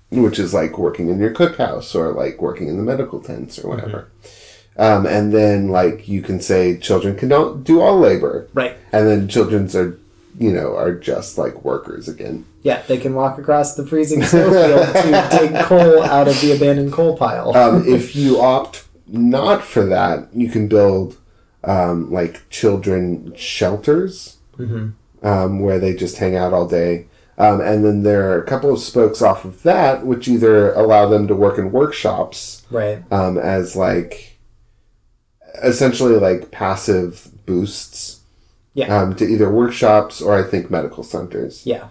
Speaker 2: which is like working in your cookhouse or like working in the medical tents or whatever.
Speaker 1: Mm-hmm.
Speaker 2: Um, and then like you can say children can not do all labor,
Speaker 1: Right.
Speaker 2: and then children's are you know are just like workers again
Speaker 1: Yeah, they can walk across the freezing snowfield to dig coal out of the abandoned coal pile.
Speaker 2: um, if you opt not for that you can build um, like children shelters um, where they just hang out all day um, and then there are a couple of spokes off of that which either allow them to work in workshops
Speaker 1: right.
Speaker 2: um, as like essentially like passive boosts
Speaker 1: Yeah.
Speaker 2: um, to either workshops or i think medical centers
Speaker 1: Yeah.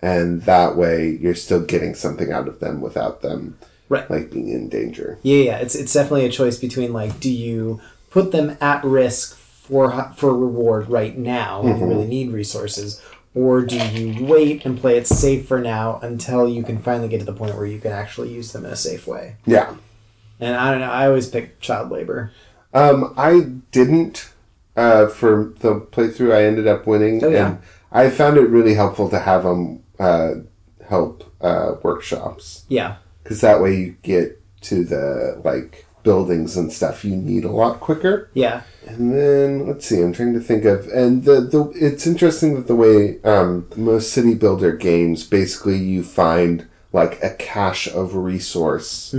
Speaker 2: and that way you're still getting something out of them without them
Speaker 1: Right.
Speaker 2: like being in danger.
Speaker 1: Yeah, yeah, it's it's definitely a choice between like, do you put them at risk for h- for reward right now if you really need resources, or do you wait and play it safe for now until you can finally get to the point where you can actually use them in a safe way?
Speaker 2: Yeah.
Speaker 1: And I don't know, I always pick child labor.
Speaker 2: Um, I didn't uh, for the playthrough. I ended up winning,
Speaker 1: Oh, yeah.
Speaker 2: and I found it really helpful to have them uh, help uh, workshops
Speaker 1: Yeah,
Speaker 2: because that way you get to the like buildings and stuff you need a lot quicker.
Speaker 1: yeah,
Speaker 2: And then let's see, I'm trying to think of and the, the it's interesting that the way um, most city builder games basically you find like a cache of resource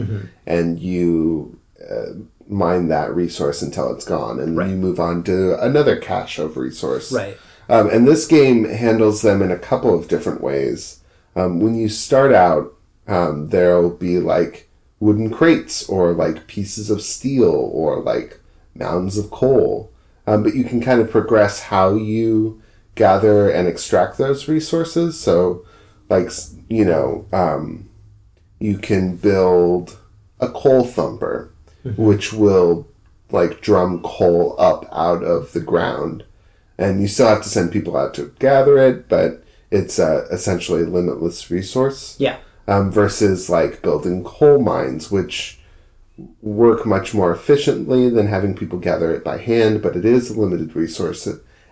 Speaker 2: and you uh, mine that resource until it's gone and then you move on to another cache of resource.
Speaker 1: right.
Speaker 2: Um, and this game handles them in a couple of different ways. Um, when you start out, um, there'll be like wooden crates or like pieces of steel or like mounds of coal. Um, but you can kind of progress how you gather and extract those resources. So, like, s- you know, um, you can build a coal thumper, which will like drum coal up out of the ground and you still have to send people out to gather it, but it's uh, essentially limitless resource
Speaker 1: Yeah,
Speaker 2: um, versus like building coal mines, which work much more efficiently than having people gather it by hand, but it is a limited resource.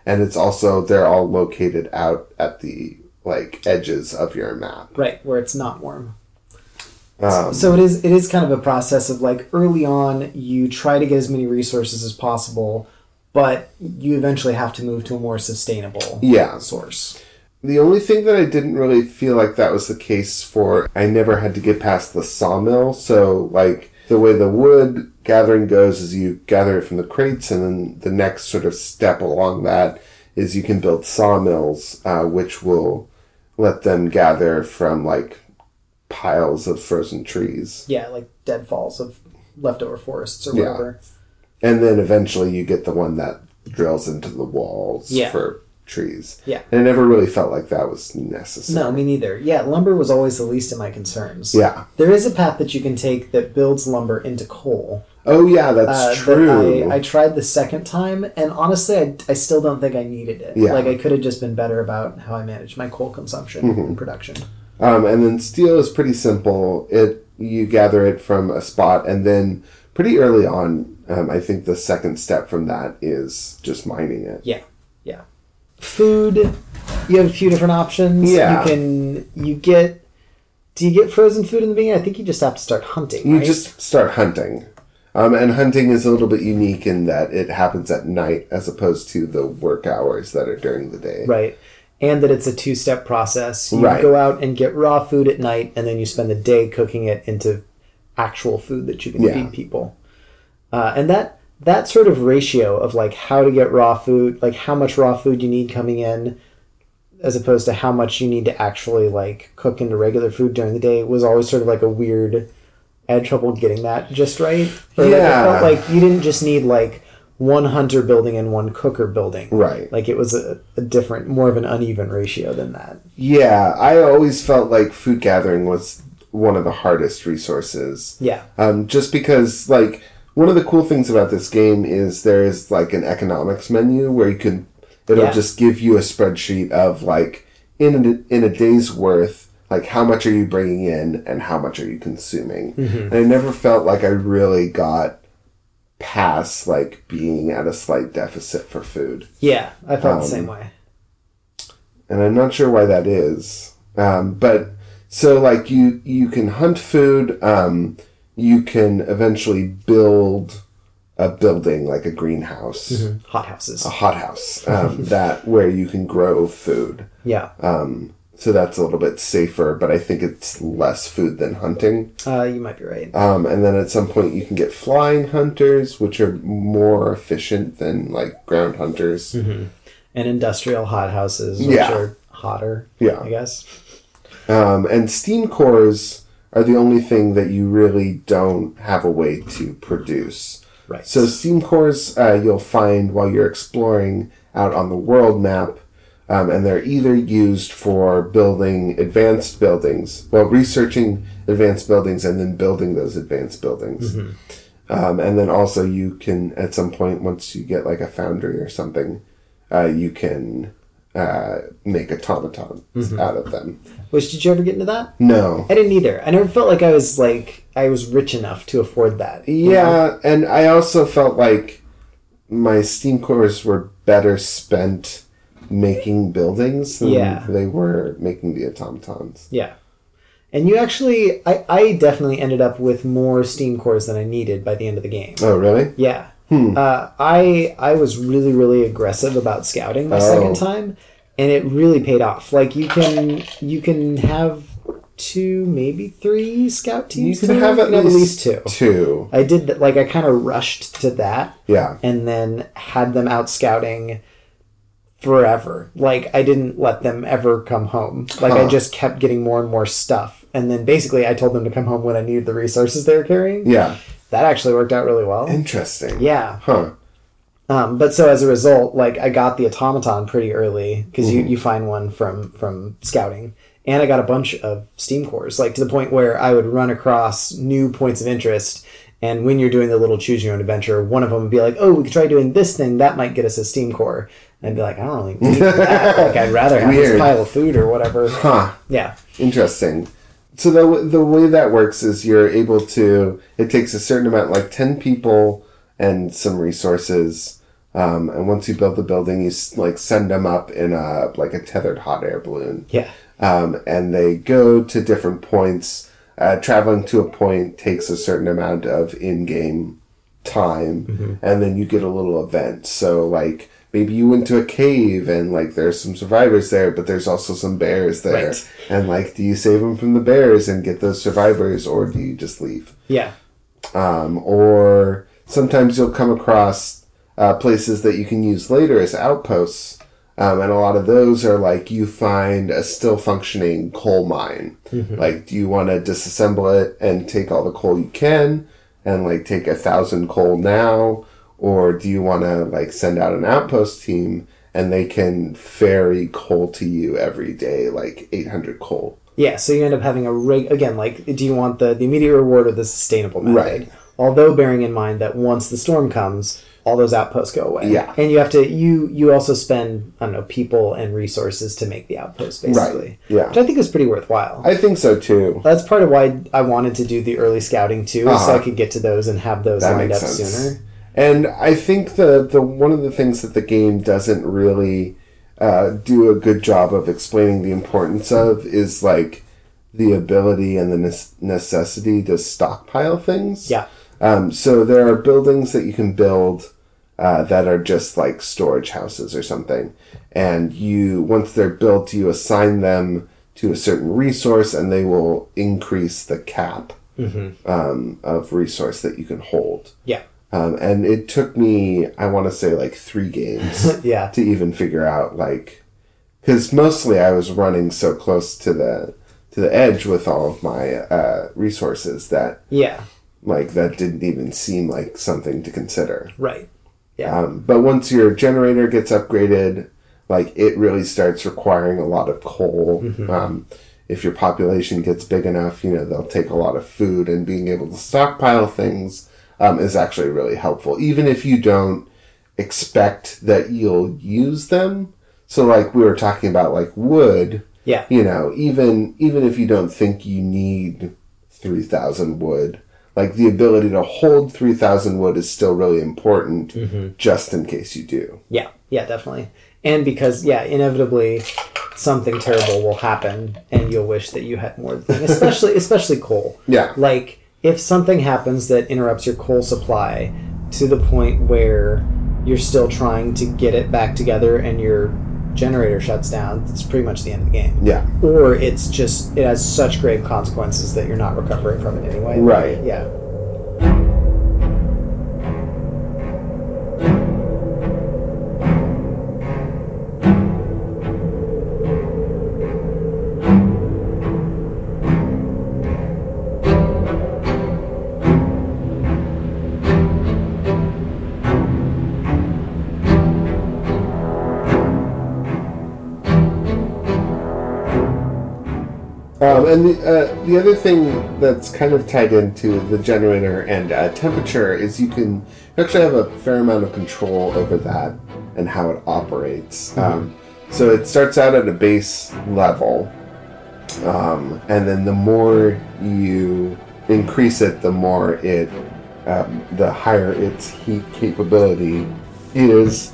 Speaker 2: And it's also, they're all located out at the like edges of your map.
Speaker 1: right. Where it's not warm. So- so it is. It is kind of a process of like early on, you try to get as many resources as possible, but you eventually have to move to a more sustainable
Speaker 2: Yeah.
Speaker 1: source.
Speaker 2: The only thing that I didn't really feel like that was the case for, I never had to get past the sawmill. So, like, the way the wood gathering goes is you gather it from the crates, and then the next sort of step along that is you can build sawmills, uh, which will let them gather from, like, piles of frozen trees.
Speaker 1: Yeah, like deadfalls of leftover forests or
Speaker 2: Yeah.
Speaker 1: whatever.
Speaker 2: And then eventually you get the one that drills into the walls
Speaker 1: Yeah.
Speaker 2: for trees.
Speaker 1: Yeah.
Speaker 2: And it never really felt like that was necessary.
Speaker 1: No, me neither. Yeah, lumber was always the least of my concerns.
Speaker 2: Yeah.
Speaker 1: There is a path that you can take that builds lumber into coal.
Speaker 2: Oh, yeah, that's
Speaker 1: Uh,
Speaker 2: true.
Speaker 1: That I, I tried the second time, and honestly, I, I still don't think I needed it.
Speaker 2: Yeah.
Speaker 1: Like, I could have just been better about how I manage my coal consumption
Speaker 2: Mm-hmm.
Speaker 1: and production.
Speaker 2: Um, and then steel is pretty simple. It you gather it from a spot, and then pretty early on, um, I think the second step from that is just mining it.
Speaker 1: Yeah, yeah. Food, you have a few different options.
Speaker 2: Yeah.
Speaker 1: You can, you get, do you get frozen food in the beginning? I think you just have to start hunting.
Speaker 2: You
Speaker 1: right?
Speaker 2: just start hunting, um, and hunting is a little bit unique in that it happens at night as opposed to the work hours that are during the day.
Speaker 1: Right. And that it's a two step process. You
Speaker 2: Right.
Speaker 1: go out and get raw food at night, and then you spend the day cooking it into actual food that you can
Speaker 2: Yeah.
Speaker 1: feed people. uh, and that that sort of ratio of like how to get raw food, like how much raw food you need coming in, as opposed to how much you need to actually like cook into regular food during the day, was always sort of like a weird. I had trouble getting that just right. Or, like,
Speaker 2: Yeah.
Speaker 1: I felt like you didn't just need like one hunter building and one cooker building.
Speaker 2: Right.
Speaker 1: Like it was a, a different, more of an uneven ratio than that.
Speaker 2: Yeah, I always felt like food gathering was one of the hardest resources.
Speaker 1: Yeah.
Speaker 2: Um, just because, like, one of the cool things about this game is there is, like, an economics menu where you can, it'll
Speaker 1: Yeah.
Speaker 2: just give you a spreadsheet of, like, in a, in a day's worth, like, how much are you bringing in and how much are you consuming.
Speaker 1: Mm-hmm.
Speaker 2: And I never felt like I really got past, like, being at a slight deficit for food
Speaker 1: Yeah. I felt the same
Speaker 2: Um,
Speaker 1: way.
Speaker 2: and I'm not sure why that is. Um, but so like you you can hunt food. Um, you can eventually build a building like a greenhouse,
Speaker 1: Mm-hmm. Hothouses.
Speaker 2: a hothouse um, that where you can grow food.
Speaker 1: Yeah.
Speaker 2: So that's a little bit safer, but I think it's less food than hunting.
Speaker 1: Uh, you might be right.
Speaker 2: Um, and then at some point you can get flying hunters, which are more efficient than like ground hunters.
Speaker 1: And industrial hothouses, which
Speaker 2: Yeah.
Speaker 1: are hotter.
Speaker 2: Yeah.
Speaker 1: I guess.
Speaker 2: Um, and steam cores are the only thing that you really don't have a way to produce.
Speaker 1: Right.
Speaker 2: So steam cores uh, you'll find while you're exploring out on the world map, um, and they're either used for building advanced buildings, well, researching advanced buildings and then building those advanced buildings. Um, and then also you can at some point once you get like a foundry or something, uh, you can uh, make automatons out of them.
Speaker 1: Which did you ever get into that?
Speaker 2: No.
Speaker 1: I didn't either. I never felt like I was like I was rich enough to afford that. you know?
Speaker 2: Yeah, and I also felt like my steam cores were better spent making buildings than
Speaker 1: Yeah.
Speaker 2: they were making the automatons.
Speaker 1: Yeah. And you actually, I, I definitely ended up with more steam cores than I needed by the end of the game.
Speaker 2: Oh, really?
Speaker 1: Yeah.
Speaker 2: Hmm.
Speaker 1: Uh, I I was really really aggressive about scouting my
Speaker 2: Oh.
Speaker 1: second time, and it really paid off. Like you can you can have two maybe three scout teams. now? two.
Speaker 2: Two.
Speaker 1: I did that. Like I kind of rushed to that,
Speaker 2: Yeah.
Speaker 1: and then had them out scouting forever. Like I didn't let them ever come home. Like I
Speaker 2: Huh.
Speaker 1: just kept getting more and more stuff, and then basically I told them to come home when I needed the resources they were carrying.
Speaker 2: Yeah.
Speaker 1: That actually worked out really well.
Speaker 2: Interesting.
Speaker 1: Yeah.
Speaker 2: Huh.
Speaker 1: Um, but so as a result, like I got the automaton pretty early because you, you find one from from scouting, and I got a bunch of steam cores, like to the point where I would run across new points of interest. And when you're doing the little choose your own adventure, one of them would be like, "Oh, we could try doing this thing. That might get us a steam core." And I'd be like, "I don't really need that. Like, I'd rather have
Speaker 2: Weird.
Speaker 1: this pile of food or whatever."
Speaker 2: Huh.
Speaker 1: Yeah,
Speaker 2: Interesting. So the w- the way that works is you're able to. It takes a certain amount, like ten people and some resources. Um, and once you build the building, you s- like send them up in a like a tethered hot air balloon.
Speaker 1: yeah,
Speaker 2: um, and they go to different points. Uh, traveling to a point takes a certain amount of in-game time, and then you get a little event. So, like maybe you went to a cave, and like there's some survivors there, but there's also some bears there.
Speaker 1: Right.
Speaker 2: And like, do you save them from the bears and get those survivors, or do you just leave?
Speaker 1: yeah,
Speaker 2: um, or sometimes you'll come across uh, places that you can use later as outposts. Um, and a lot of those are like you find a still functioning coal mine. Like, do you want to disassemble it and take all the coal you can and like take a thousand coal now? Or do you want to like send out an outpost team and they can ferry coal to you every day, like 800 coal?
Speaker 1: yeah. So you end up having a rig again. Like, do you want the the immediate reward or the sustainable method?
Speaker 2: Right.
Speaker 1: although bearing in mind that once the storm comes all those outposts go away
Speaker 2: Yeah.
Speaker 1: and you have to you you also spend i don't know people and resources to make the outposts basically
Speaker 2: Yeah.
Speaker 1: which i think is pretty worthwhile
Speaker 2: I think so too.
Speaker 1: that's part of why i wanted to do the early scouting too so i
Speaker 2: Uh-huh.
Speaker 1: could get to those and have those lined up sooner
Speaker 2: And I think the the one of the things that the game doesn't really uh, do a good job of explaining the importance of is like the ability and the nes- necessity to stockpile things.
Speaker 1: yeah
Speaker 2: Um, so there are buildings that you can build uh, that are just like storage houses or something, and you once they're built, you assign them to a certain resource, and they will increase the cap um, of resource that you can hold.
Speaker 1: yeah
Speaker 2: Um, and it took me, I want to say, like three games
Speaker 1: Yeah.
Speaker 2: to even figure out, like, because mostly I was running so close to the to the edge with all of my uh, resources that
Speaker 1: Yeah.
Speaker 2: like that didn't even seem like something to consider.
Speaker 1: Right.
Speaker 2: Um, but once your generator gets upgraded, like it really starts requiring a lot of coal. Um, if your population gets big enough, you know they'll take a lot of food, and being able to stockpile things um, is actually really helpful, even if you don't expect that you'll use them. So, like we were talking about, like wood,
Speaker 1: Yeah.
Speaker 2: you know, even even if you don't think you need three thousand wood, like the ability to hold three thousand wood is still really important, just in case you do.
Speaker 1: Yeah, yeah, definitely. And because yeah, inevitably something terrible will happen and you'll wish that you had more than especially especially coal.
Speaker 2: Yeah.
Speaker 1: Like if something happens that interrupts your coal supply to the point where you're still trying to get it back together and your generator shuts down, it's pretty much the end of the game.
Speaker 2: Yeah,
Speaker 1: Or it's just it has such grave consequences that you're not recovering from it anyway.
Speaker 2: Right.
Speaker 1: Yeah.
Speaker 2: um, and the, uh, the other thing that's kind of tied into the generator and uh, temperature is you can you actually have a fair amount of control over that and how it operates. Um, so it starts out at a base level, um, and then the more you increase it, the more it, um, the higher its heat capability is,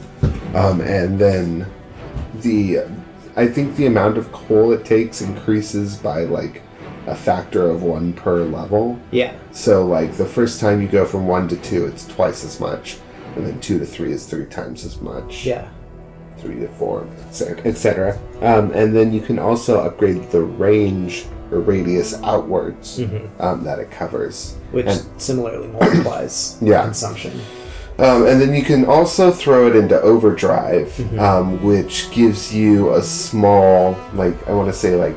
Speaker 2: um, and then the, I think the amount of coal it takes increases by like a factor of one per level.
Speaker 1: Yeah.
Speaker 2: So like the first time you go from one to two, it's twice as much, and then two to three is three times as much
Speaker 1: Yeah.
Speaker 2: three to four, etc. Um, and then you can also upgrade the range or radius outwards
Speaker 1: Hmm.
Speaker 2: um, that it covers.
Speaker 1: Which
Speaker 2: And-
Speaker 1: similarly multiplies
Speaker 2: Yeah.
Speaker 1: consumption.
Speaker 2: Um, and then you can also throw it into overdrive, um, which gives you a small, like, I want to say, like,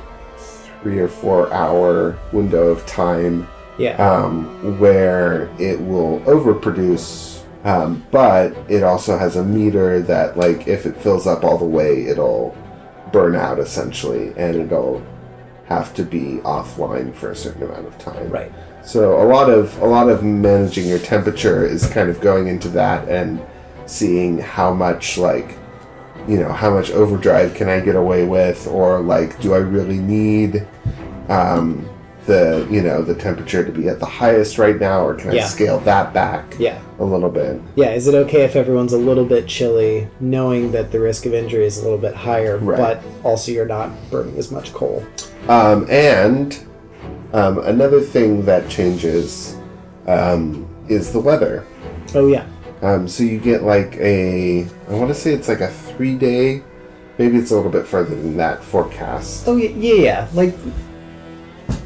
Speaker 2: three or four hour window of time
Speaker 1: Yeah.
Speaker 2: um, where it will overproduce, um, but it also has a meter that, like, if it fills up all the way, it'll burn out essentially, and it'll have to be offline for a certain amount of time.
Speaker 1: Right.
Speaker 2: So a lot of a lot of managing your temperature is kind of going into that and seeing how much like you know how much overdrive can I get away with or like do I really need um, the you know the temperature to be at the highest right now or can I
Speaker 1: Yeah.
Speaker 2: scale that back
Speaker 1: Yeah.
Speaker 2: a little bit
Speaker 1: Yeah, is it okay if everyone's a little bit chilly, knowing that the risk of injury is a little bit higher,
Speaker 2: Right.
Speaker 1: but also you're not burning as much coal?
Speaker 2: Um, and um, another thing that changes um, is the weather.
Speaker 1: Oh yeah,
Speaker 2: Um, so you get like a, I want to say it's like a three day, maybe it's a little bit further than that forecast.
Speaker 1: oh yeah, yeah, yeah. Like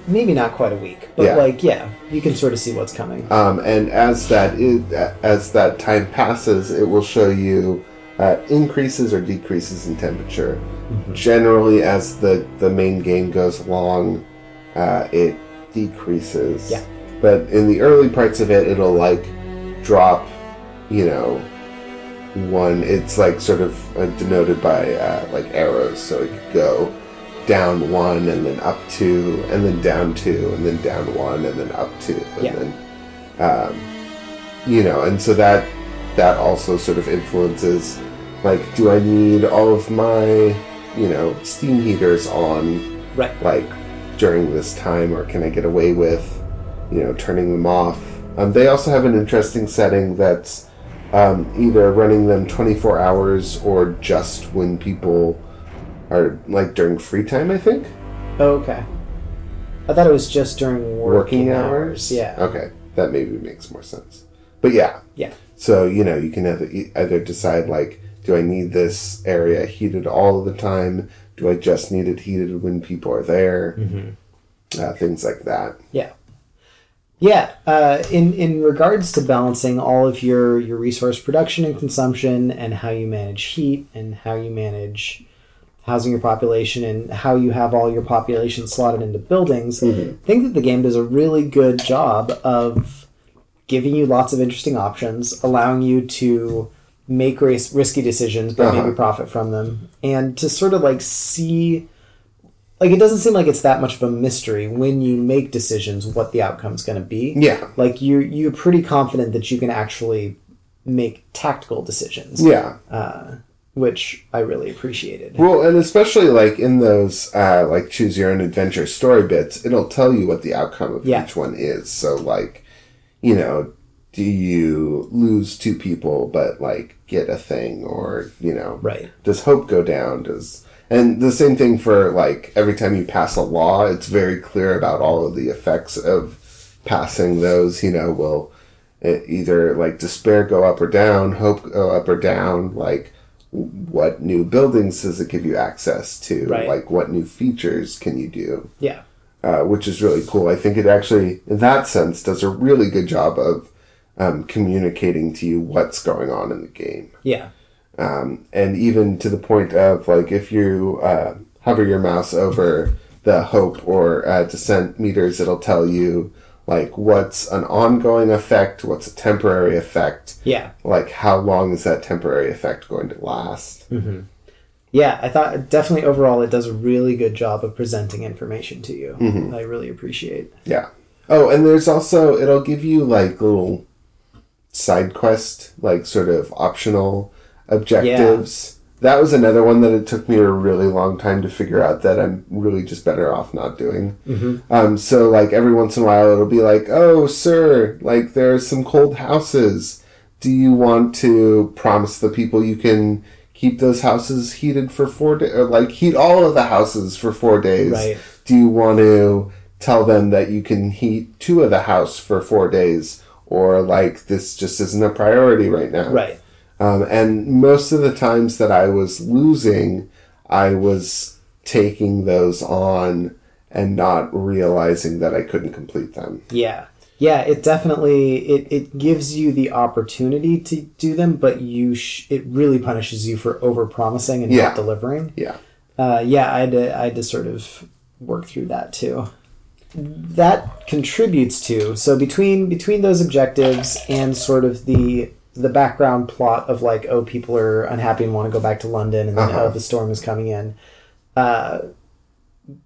Speaker 1: maybe not quite a week, but
Speaker 2: Yeah.
Speaker 1: like yeah, you can sort of see what's coming.
Speaker 2: Um, and as that is, as that time passes, it will show you uh, increases or decreases in temperature.
Speaker 1: Mm-hmm.
Speaker 2: Generally, as the the main game goes along, uh, it decreases.
Speaker 1: Yeah.
Speaker 2: But in the early parts of it, it'll like drop, you know, one. It's like sort of uh, denoted by uh, like arrows, so it could go down one and then up two and then down two and then down one and then up two and
Speaker 1: Yeah.
Speaker 2: then Um, you know and so that that also sort of influences like do i need all of my you know steam heaters on
Speaker 1: Right.
Speaker 2: like during this time or can i get away with you know turning them off um, they also have an interesting setting that's um, either running them 24 hours or just when people are like during free time i think
Speaker 1: Oh, okay. I thought it was just during working, hours. Yeah.
Speaker 2: okay that maybe makes more sense but yeah
Speaker 1: Yeah.
Speaker 2: So you know, you can either, either decide like, do I need this area heated all the time? Do I just need it heated when people are there? Uh, things like that.
Speaker 1: Yeah. Yeah, uh, in in regards to balancing all of your your resource production and consumption, and how you manage heat, and how you manage housing your population, and how you have all your population slotted into buildings, I think that the game does a really good job of giving you lots of interesting options, allowing you to make race, risky decisions but
Speaker 2: Uh-huh.
Speaker 1: maybe profit from them, and to sort of like see like it doesn't seem like it's that much of a mystery when you make decisions what the outcome's going to be.
Speaker 2: Yeah.
Speaker 1: Like you you're pretty confident that you can actually make tactical decisions,
Speaker 2: Yeah.
Speaker 1: which I really appreciated.
Speaker 2: Well, and especially like in those uh, like choose your own adventure story bits, it'll tell you what the outcome of
Speaker 1: Yeah.
Speaker 2: each one is. So like, you know, do you lose two people but like get a thing, or you know,
Speaker 1: Right.
Speaker 2: Does hope go down? Does and the same thing for like every time you pass a law, it's very clear about all of the effects of passing those. You know, will it either like despair go up or down, hope go up or down, like what new buildings does it give you access to
Speaker 1: Right.
Speaker 2: like what new features can you do
Speaker 1: Yeah.
Speaker 2: uh, which is really cool i think it actually in that sense does a really good job of um, communicating to you what's going on in the game
Speaker 1: Yeah.
Speaker 2: and even to the point of like if you uh, hover your mouse over the hope or uh, descent meters it'll tell you like what's an ongoing effect what's a temporary effect
Speaker 1: Yeah.
Speaker 2: like how long is that temporary effect going to last
Speaker 1: Yeah, I thought definitely overall it does a really good job of presenting information to you. I really appreciate.
Speaker 2: Mm-hmm. Yeah. Oh, and there's also it'll give you like little side quest, like sort of optional objectives. That was another one that it took me a really long time to figure out that I'm really just better off not doing. Mm-hmm. Um, so like every once in a while it'll be like, "Oh, sir, like there are some cold houses. Do you want to promise the people you can keep those houses heated for four days, or like heat all of the houses for four days?
Speaker 1: Right.
Speaker 2: Do you want to tell them that you can heat two of the house for four days, or like this just isn't a priority right now?
Speaker 1: Right.
Speaker 2: Um, and most of the times that I was losing, I was taking those on and not realizing that I couldn't complete them.
Speaker 1: Yeah. Yeah, it definitely it, it gives you the opportunity to do them, but you sh- it really punishes you for over promising and
Speaker 2: Yeah.
Speaker 1: not delivering.
Speaker 2: Yeah.
Speaker 1: uh, yeah, I had to I had to sort of work through that too. That contributes to so between between those objectives and sort of the the background plot of like oh people are unhappy and want to go back to London and then oh the storm is coming in uh,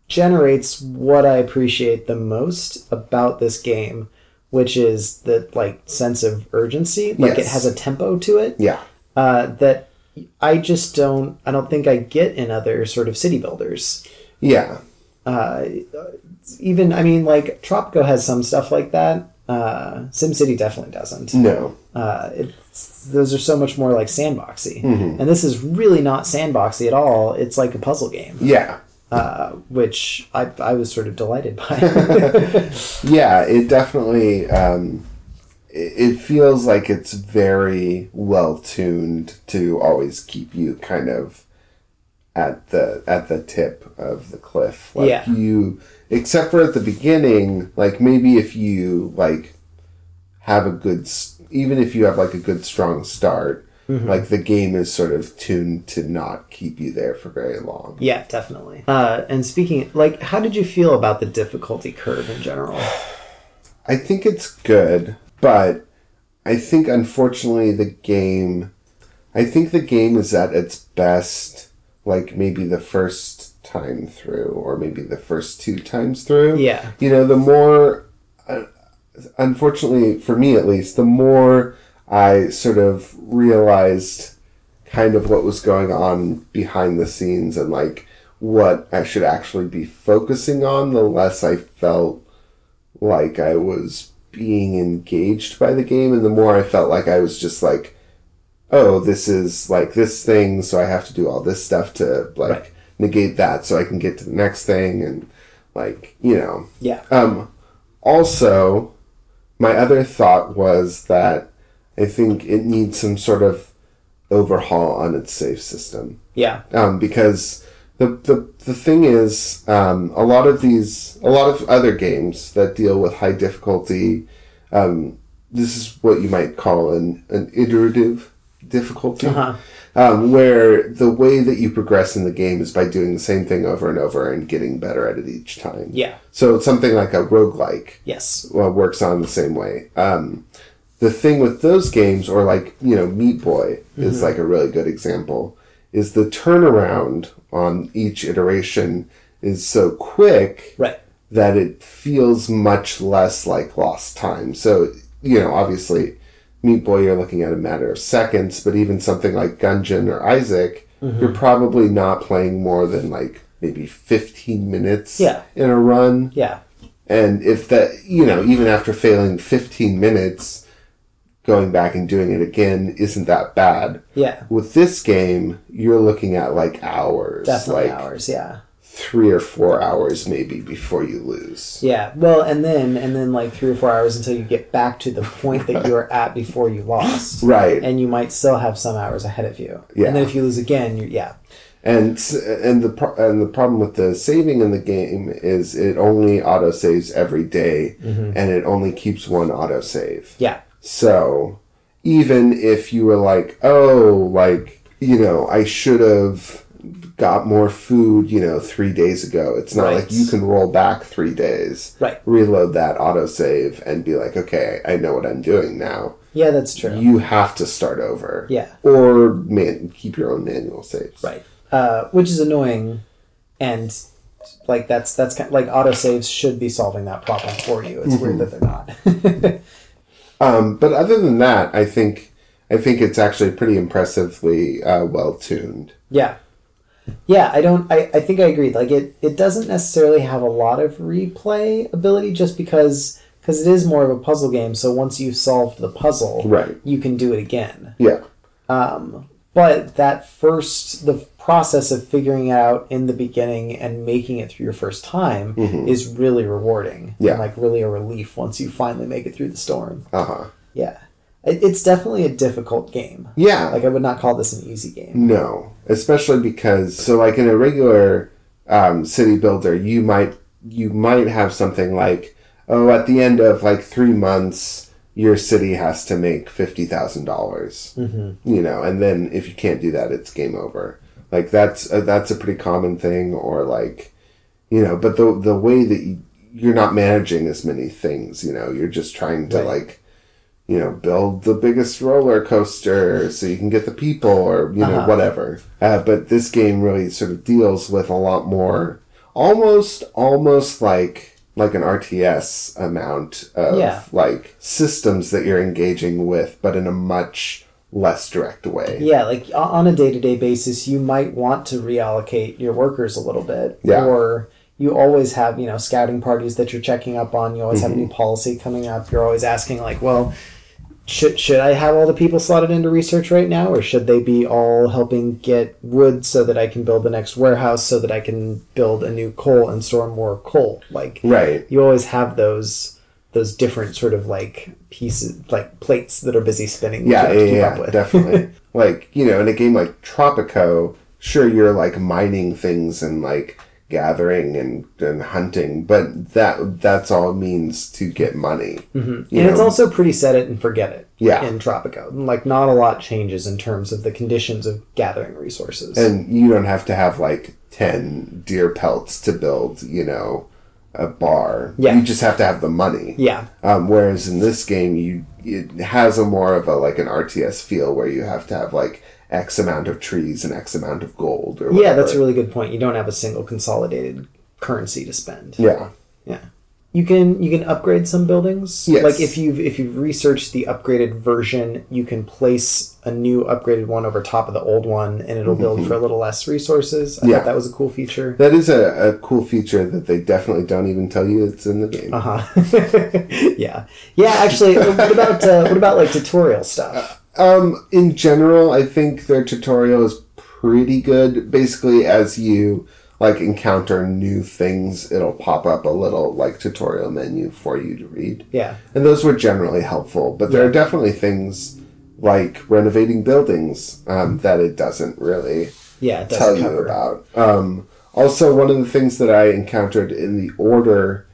Speaker 1: generates what I appreciate the most about this game, which is the like sense of urgency. Like it
Speaker 2: Yes.
Speaker 1: has a tempo to it
Speaker 2: Yeah.
Speaker 1: uh, that I just don't I don't think I get in other sort of city builders.
Speaker 2: Yeah.
Speaker 1: Even I mean like Tropico has some stuff like that. Uh, SimCity definitely doesn't.
Speaker 2: No.
Speaker 1: Uh, it's, those are so much more like sandboxy, and this is really not sandboxy at all. It's like a puzzle game,
Speaker 2: Yeah.
Speaker 1: which I I was sort of delighted by.
Speaker 2: Yeah, it definitely um, it, it feels like it's very well tuned to always keep you kind of at the at the tip of the cliff. Like
Speaker 1: Yeah.
Speaker 2: you except for at the beginning, like maybe if you like have a good s- even if you have like a good strong start, like the game is sort of tuned to not keep you there for very long.
Speaker 1: yeah, definitely. Uh, and speaking like, how did you feel about the difficulty curve in general?
Speaker 2: I think it's good, but I think unfortunately the game I think the game is at its best like maybe the first time through or maybe the first two times through.
Speaker 1: Yeah.
Speaker 2: You know, the more uh, unfortunately for me at least, the more I sort of realized kind of what was going on behind the scenes and like what I should actually be focusing on, the less I felt like I was being engaged by the game, and the more I felt like I was just like, oh, this is like this thing, so I have to do all this stuff to like
Speaker 1: Right.
Speaker 2: negate that so I can get to the next thing, and like, you know.
Speaker 1: Yeah,
Speaker 2: Um, also, my other thought was that I think it needs some sort of overhaul on its save system
Speaker 1: yeah,
Speaker 2: um, because the the, the thing is, um, a lot of these, a lot of other games that deal with high difficulty, um, this is what you might call an an iterative difficulty,
Speaker 1: Uh-huh.
Speaker 2: um, where the way that you progress in the game is by doing the same thing over and over and getting better at it each time.
Speaker 1: Yeah.
Speaker 2: So it's something like a roguelike
Speaker 1: Yes.
Speaker 2: well, works on the same way. Um, the thing with those games, or like you know, Meat Boy is
Speaker 1: Mm-hmm.
Speaker 2: like a really good example. Is the turnaround on each iteration is so quick
Speaker 1: Right.
Speaker 2: that it feels much less like lost time. So you know, obviously, Meat Boy you're looking at a matter of seconds, but even something like Gungeon or Isaac,
Speaker 1: Mm-hmm.
Speaker 2: you're probably not playing more than like maybe 15 minutes
Speaker 1: Yeah.
Speaker 2: in a run.
Speaker 1: Yeah.
Speaker 2: And if that, you know, even after failing 15 minutes, going back and doing it again isn't that bad.
Speaker 1: Yeah.
Speaker 2: With this game, you're looking at like hours,
Speaker 1: Definitely
Speaker 2: like
Speaker 1: hours. Yeah.
Speaker 2: three or four hours maybe before you lose.
Speaker 1: Yeah. Well, and then and then like three or four hours until you get back to the point that you were at before you lost.
Speaker 2: Right.
Speaker 1: And you might still have some hours ahead of you.
Speaker 2: Yeah.
Speaker 1: And then if you lose again, you yeah.
Speaker 2: And s- and the pro- and the problem with the saving in the game is it only auto saves every day,
Speaker 1: Mm-hmm.
Speaker 2: and it only keeps one auto save.
Speaker 1: Yeah.
Speaker 2: So even if you were like, oh, like, you know, I should have got more food, you know, three days ago, it's not
Speaker 1: Right.
Speaker 2: like you can roll back three days,
Speaker 1: Right.
Speaker 2: reload that autosave, and be like, okay, I know what I'm doing now.
Speaker 1: Yeah, that's true.
Speaker 2: You have to start over.
Speaker 1: Yeah.
Speaker 2: Or man, keep your own manual saves.
Speaker 1: Right. Uh, which is annoying, and like that's that's kind like autosaves should be solving that problem for you. It's
Speaker 2: Mm-hmm.
Speaker 1: weird that they're not.
Speaker 2: Um, but other than that, I think I think it's actually pretty impressively uh, well tuned.
Speaker 1: yeah. Yeah, I don't I, I think I agree. Like it it doesn't necessarily have a lot of replay ability just because because it is more of a puzzle game, so once you've solved the puzzle,
Speaker 2: Right.
Speaker 1: you can do it again.
Speaker 2: Yeah.
Speaker 1: But that first the process of figuring it out in the beginning and making it through your first time is really rewarding.
Speaker 2: Mm-hmm. Yeah.
Speaker 1: And like really a relief once you finally make it through the storm.
Speaker 2: Uh huh.
Speaker 1: Yeah. It, it's definitely a difficult game.
Speaker 2: Yeah.
Speaker 1: Like, I would not call this an easy game.
Speaker 2: No, especially because so like in a regular um, city builder, you might you might have something like oh at the end of like three months your city has to make fifty dollars, you know, and then if you can't do that, it's game over. Like that's uh, that's a pretty common thing, or like you know, but the the way that you, you're not managing as many things, you know, you're just trying to
Speaker 1: Right.
Speaker 2: like you know, build the biggest roller coaster so you can get the people or, you know,
Speaker 1: Uh-huh.
Speaker 2: whatever. Uh, but this game really sort of deals with a lot more, almost, almost like, like an RTS amount of
Speaker 1: Yeah.
Speaker 2: like systems that you're engaging with, but in a much less direct way.
Speaker 1: Yeah, like o- on a day to day basis, you might want to reallocate your workers a little bit.
Speaker 2: Yeah.
Speaker 1: Or you always have, you know, scouting parties that you're checking up on. You always
Speaker 2: Mm-hmm.
Speaker 1: have a new policy coming up. You're always asking, like, well, should, should I have all the people slotted into research right now, or should they be all helping get wood so that I can build the next warehouse so that I can build a new coal and store more coal? Like,
Speaker 2: Right.
Speaker 1: you always have those those different sort of like pieces like plates that are busy spinning that
Speaker 2: yeah,
Speaker 1: you have
Speaker 2: yeah,
Speaker 1: to keep
Speaker 2: yeah
Speaker 1: up with.
Speaker 2: definitely. like you know, in a game like Tropico, sure you're like mining things and like gathering and, and hunting, but that that's all it means to get money. Mm-hmm.
Speaker 1: and it's also pretty set it and forget it
Speaker 2: Yeah.
Speaker 1: in tropico like not a lot changes in terms of the conditions of gathering resources
Speaker 2: and you don't have to have like ten deer pelts to build, you know, a bar.
Speaker 1: Yeah.
Speaker 2: you just have to have the money.
Speaker 1: yeah
Speaker 2: Um, whereas in this game, you it has a more of a like an RTS feel where you have to have like X amount of trees and X amount of gold or
Speaker 1: yeah that's a
Speaker 2: whatever.
Speaker 1: really good point you don't have a single consolidated currency to spend
Speaker 2: yeah.
Speaker 1: Yeah. You can you can upgrade some buildings.
Speaker 2: Yes.
Speaker 1: Like if you've if you've researched the upgraded version, you can place a new upgraded one over top of the old one and it'll build for a little less resources. I
Speaker 2: Mm-hmm. Yeah.
Speaker 1: thought that was a cool feature.
Speaker 2: That is a, a cool feature that they definitely don't even tell you it's in the game.
Speaker 1: Uh-huh. yeah. Yeah, actually what about uh, what about like tutorial stuff?
Speaker 2: Um, in general, I think their tutorial is pretty good. Basically, as you like encounter new things, it'll pop up a little like tutorial menu for you to read.
Speaker 1: Yeah.
Speaker 2: And those were generally helpful, but there are definitely things like renovating buildings um, that it doesn't really
Speaker 1: Yeah, it does
Speaker 2: tell
Speaker 1: cover.
Speaker 2: you about. Um, also, one of the things that I encountered in the order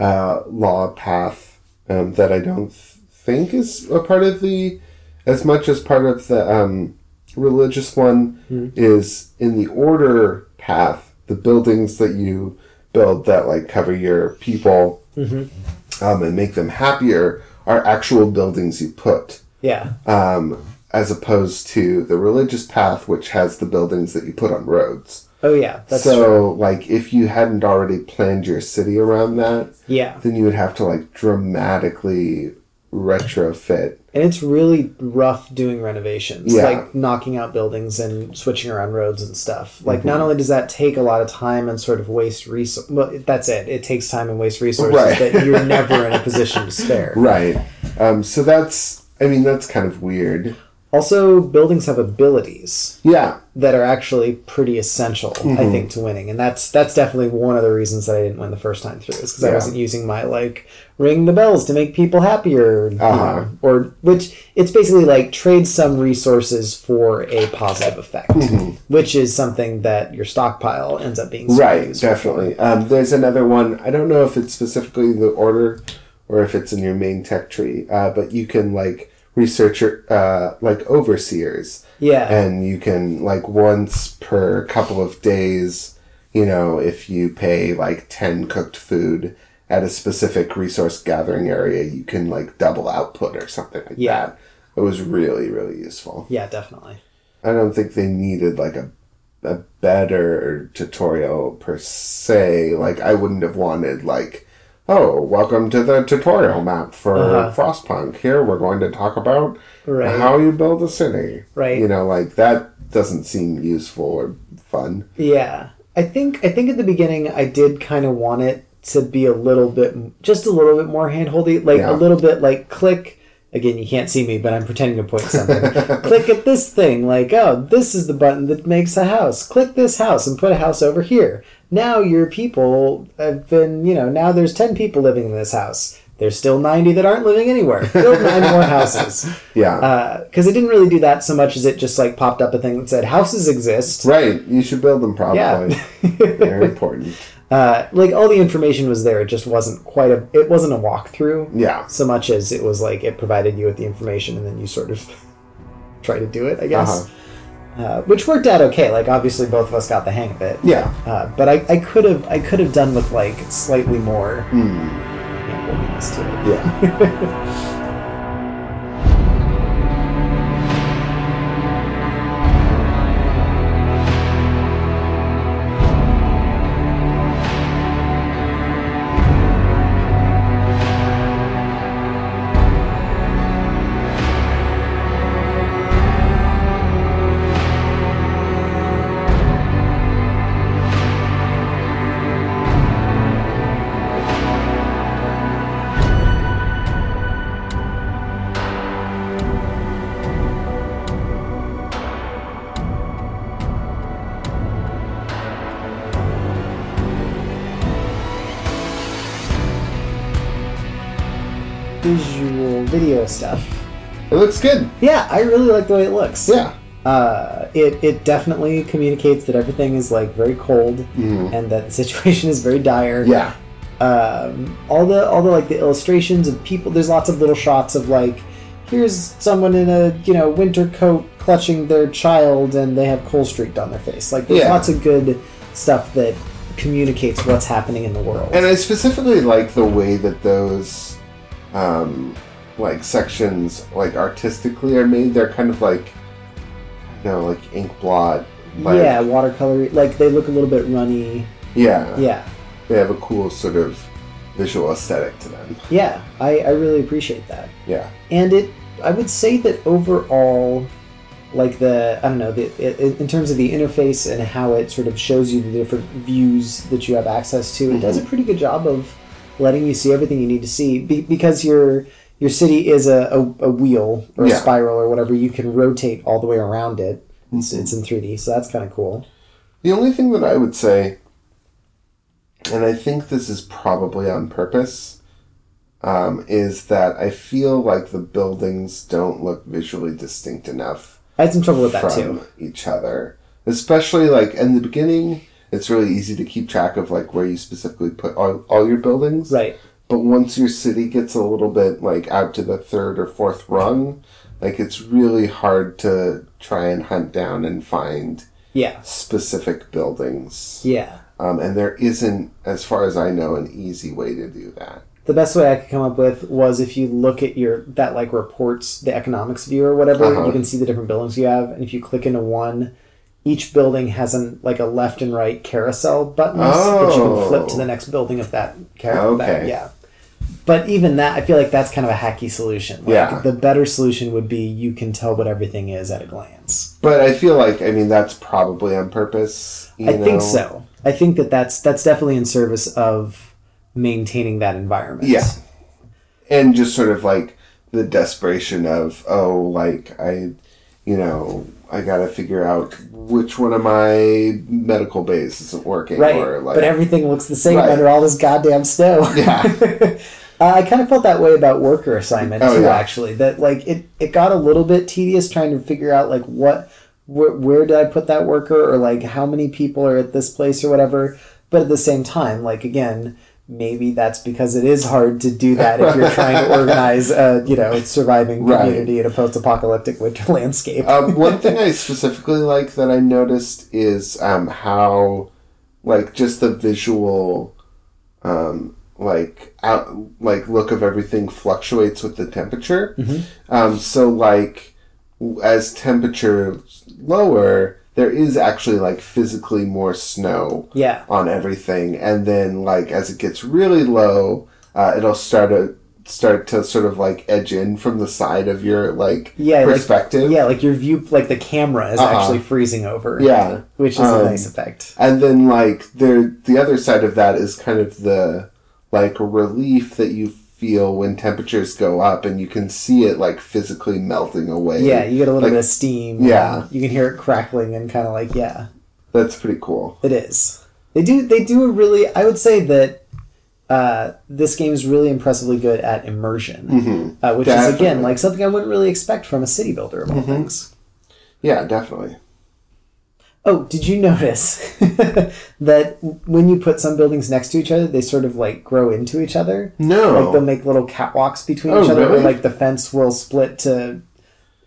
Speaker 2: uh, law path um, that I don't th- think is a part of the, as much as part of the um, religious one,
Speaker 1: Hmm.
Speaker 2: is in the order path, the buildings that you build that like cover your people
Speaker 1: Mm-hmm.
Speaker 2: um, and make them happier are actual buildings you put
Speaker 1: Yeah,
Speaker 2: um, as opposed to the religious path, which has the buildings that you put on roads.
Speaker 1: oh yeah, that's
Speaker 2: so,
Speaker 1: true.
Speaker 2: like, if you hadn't already planned your city around that,
Speaker 1: Yeah,
Speaker 2: then you would have to like dramatically retrofit.
Speaker 1: and it's really rough doing renovations,
Speaker 2: Yeah.
Speaker 1: like knocking out buildings and switching around roads and stuff. Like,
Speaker 2: Mhm.
Speaker 1: not only does that take a lot of time and sort of waste resource, well, that's it. It takes time and waste resources
Speaker 2: Right.
Speaker 1: that you're never in a position to spare.
Speaker 2: Right. Um, so that's. I mean, that's kind of weird.
Speaker 1: Also, buildings have abilities.
Speaker 2: Yeah.
Speaker 1: that are actually pretty essential, I
Speaker 2: Mm-hmm.
Speaker 1: think, to winning. And that's that's definitely one of the reasons that I didn't win the first time through is because I
Speaker 2: Yeah.
Speaker 1: wasn't using my like ring the bells to make people happier, you know,
Speaker 2: Uh-huh.
Speaker 1: or which it's basically like trade some resources for a positive effect,
Speaker 2: Mm-hmm.
Speaker 1: which is something that your stockpile ends up being super
Speaker 2: Right.
Speaker 1: useful for.
Speaker 2: Definitely. Um, there's another one. I don't know if it's specifically the order or if it's in your main tech tree, uh, but you can like research your uh, like overseers.
Speaker 1: Yeah,
Speaker 2: and you can like once per couple of days you know if you pay like 10 cooked food at a specific resource gathering area you can like double output or something like
Speaker 1: Yeah.
Speaker 2: that it was really really useful
Speaker 1: yeah, definitely.
Speaker 2: i don't think they needed like a a better tutorial per se like i wouldn't have wanted like oh welcome to the tutorial map for frostpunk here we're going to talk about
Speaker 1: Uh-huh. Right.
Speaker 2: how you build a city
Speaker 1: Right.
Speaker 2: you know like that doesn't seem useful or fun
Speaker 1: Yeah, I think I think at the beginning I did kind of want it to be a little bit, just a little bit more handholdy, like
Speaker 2: Yeah.
Speaker 1: a little bit like click. Again, you can't see me, but I'm pretending to point something. click at this thing, like oh, this is the button that makes a house. Click this house and put a house over here. Now your people have been, you know, now there's ten people living in this house. There's still ninety that aren't living anywhere. Build nine more houses.
Speaker 2: yeah
Speaker 1: Uh, Because it didn't really do that so much as it just like popped up a thing that said houses exist.
Speaker 2: right you should build them probably
Speaker 1: Yeah.
Speaker 2: they're important
Speaker 1: uh, like all the information was there. It just wasn't quite a. It wasn't a walkthrough.
Speaker 2: yeah
Speaker 1: So much as it was like it provided you with the information, and then you sort of try to do it. I guess, uh which worked out okay. Like obviously, both of us got the hang of it.
Speaker 2: Uh-huh. yeah
Speaker 1: Uh, but I, I could have I could have done with like slightly more.
Speaker 2: Hmm.
Speaker 1: handholdiness to it.
Speaker 2: yeah
Speaker 1: Visual video stuff.
Speaker 2: it looks good
Speaker 1: Yeah, I really like the way it looks.
Speaker 2: yeah
Speaker 1: uh, it, it definitely communicates that everything is like very cold and that the situation is very dire.
Speaker 2: Hmm. yeah
Speaker 1: Um, all the all the like the illustrations of people. There's lots of little shots of like here's someone in a you know winter coat clutching their child and they have coal streaked on their face. Like there's
Speaker 2: Yeah.
Speaker 1: lots of good stuff that communicates what's happening in the world.
Speaker 2: And I specifically like the way that those, um, like sections, like artistically are made. They're kind of like, you know, like ink blot. Like,
Speaker 1: yeah, watercolor. Like they look a little bit runny.
Speaker 2: yeah,
Speaker 1: Yeah,
Speaker 2: They have a cool sort of visual aesthetic to them.
Speaker 1: yeah. I, I really appreciate that.
Speaker 2: Yeah.
Speaker 1: and it i would say that overall like the i don't know the, i- in terms of the interface and how it sort of shows you the different views that you have access
Speaker 2: Mm-hmm.
Speaker 1: to it does a pretty good job of letting you see everything you need to see be, because your your city is a, a, a wheel or a
Speaker 2: Yeah.
Speaker 1: spiral or whatever you can rotate all the way around it
Speaker 2: Mm-hmm.
Speaker 1: it's, it's in 3d so that's kind of cool
Speaker 2: The only thing that I would say, and I think this is probably on purpose, um, is that I feel like the buildings don't look visually distinct enough.
Speaker 1: i had some trouble with that
Speaker 2: from
Speaker 1: too
Speaker 2: each other. especially like in the beginning it's really easy to keep track of like where you specifically put all, all your buildings
Speaker 1: Right.
Speaker 2: but once your city gets a little bit like out to the third or fourth rung like it's really hard to try and hunt down and find
Speaker 1: Yeah.
Speaker 2: specific buildings
Speaker 1: Yeah.
Speaker 2: um, and there isn't as far as i know an easy way to do that
Speaker 1: the best way I could come up with was if you look at your that like reports the economics view or whatever,
Speaker 2: Uh-huh.
Speaker 1: you can see the different buildings you have, and if you click into one, each building has an like a left and right carousel buttons that you can flip to
Speaker 2: Oh.
Speaker 1: the next building if that carousel.
Speaker 2: Okay.
Speaker 1: yeah. But even that, I feel like that's kind of a hacky solution. Like,
Speaker 2: Yeah.
Speaker 1: The better solution would be you can tell what everything is at a glance.
Speaker 2: but i feel like i mean that's probably on purpose you
Speaker 1: I
Speaker 2: know?
Speaker 1: think so. I think that that's that's definitely in service of maintaining that environment.
Speaker 2: Yeah. and just sort of like the desperation of oh like i you know i gotta figure out which one of my medical bays isn't working
Speaker 1: right?
Speaker 2: or like
Speaker 1: but everything looks the same
Speaker 2: Right.
Speaker 1: under all this goddamn snow.
Speaker 2: Yeah.
Speaker 1: uh, I kind of felt that way about worker assignment
Speaker 2: Oh,
Speaker 1: too.
Speaker 2: yeah.
Speaker 1: Actually, that like it it got a little bit tedious trying to figure out like what where, where did I put that worker or like how many people are at this place or whatever. But at the same time, like again. Maybe that's because it is hard to do that if you're trying to organize a you know surviving
Speaker 2: Right.
Speaker 1: community in a post-apocalyptic winter landscape.
Speaker 2: um, one thing i specifically like that i noticed is um, how like just the visual um, like out like look of everything fluctuates with the temperature
Speaker 1: Mm-hmm.
Speaker 2: um, so like w- as temperature lower there is actually like physically more snow
Speaker 1: yeah,
Speaker 2: on everything, and then like as it gets really low, uh, it'll start to start to sort of like edge in from the side of your like
Speaker 1: Yeah, like-
Speaker 2: perspective.
Speaker 1: yeah, like your view, like the camera is
Speaker 2: Uh-uh.
Speaker 1: actually freezing over.
Speaker 2: Yeah.
Speaker 1: which is a
Speaker 2: Um,
Speaker 1: nice effect.
Speaker 2: And then like there, the other side of that is kind of the like relief that you feel when temperatures go up, and you can see it like physically melting away.
Speaker 1: Yeah, you get a little
Speaker 2: like-
Speaker 1: bit of steam.
Speaker 2: Yeah.
Speaker 1: you can hear it crackling and kind of like yeah,
Speaker 2: that's pretty cool.
Speaker 1: it is. They do they do a really I would say that uh, this game is really impressively good at immersion, uh, which is again
Speaker 2: Mm-hmm. Definitely. Mm-hmm.
Speaker 1: like something I wouldn't really expect from a city builder of all things.
Speaker 2: Yeah, definitely.
Speaker 1: Oh, did you notice that when you put some buildings next to each other, they sort of like grow into each other?
Speaker 2: No.
Speaker 1: Like they'll make little catwalks between
Speaker 2: Oh,
Speaker 1: each other, or
Speaker 2: really?
Speaker 1: like the fence will split to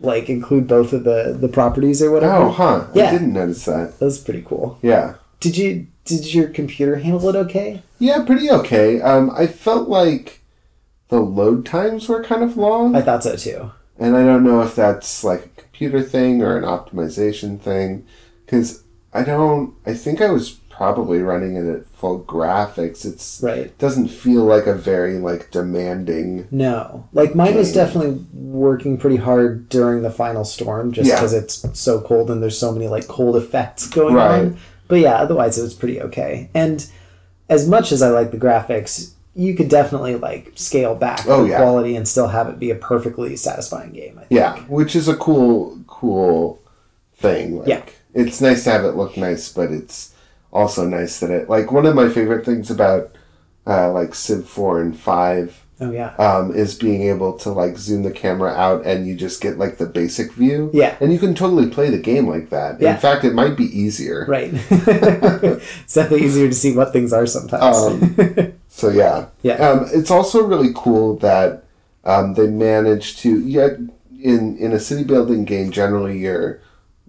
Speaker 1: like include both of the the properties or whatever.
Speaker 2: Oh, huh?
Speaker 1: Yeah.
Speaker 2: I didn't notice that.
Speaker 1: That was pretty cool.
Speaker 2: Yeah.
Speaker 1: Did you did your computer handle it okay?
Speaker 2: Yeah, pretty okay. Um, I felt like the load times were kind of long,
Speaker 1: I thought so too.
Speaker 2: and I don't know if that's like a computer thing or an optimization thing, because I don't. I think I was probably running it at full graphics. It's
Speaker 1: Right.
Speaker 2: doesn't feel like a very like demanding.
Speaker 1: No. Like mine was
Speaker 2: Mm.
Speaker 1: definitely working pretty hard during the final storm just
Speaker 2: Yeah.
Speaker 1: because it's so cold and there's so many like cold effects going
Speaker 2: Right.
Speaker 1: on. But yeah, otherwise it was pretty okay. And as much as I like the graphics, you could definitely like scale back
Speaker 2: Oh,
Speaker 1: the
Speaker 2: yeah.
Speaker 1: quality and still have it be a perfectly satisfying game. I think.
Speaker 2: Yeah, which is a cool, cool thing. Like,
Speaker 1: Yeah.
Speaker 2: it's nice to have it look nice, but it's also nice that it like one of my favorite things about uh, like Civ four and five
Speaker 1: Oh yeah.
Speaker 2: um, is being able to like zoom the camera out and you just get like the basic view.
Speaker 1: Yeah.
Speaker 2: And you can totally play the game like that.
Speaker 1: Yeah.
Speaker 2: In fact, it might be easier.
Speaker 1: Right. it's definitely easier to see what things are sometimes.
Speaker 2: Um, so yeah.
Speaker 1: Yeah.
Speaker 2: Um, it's also really cool that um, they managed to yeah in in a city building game generally you're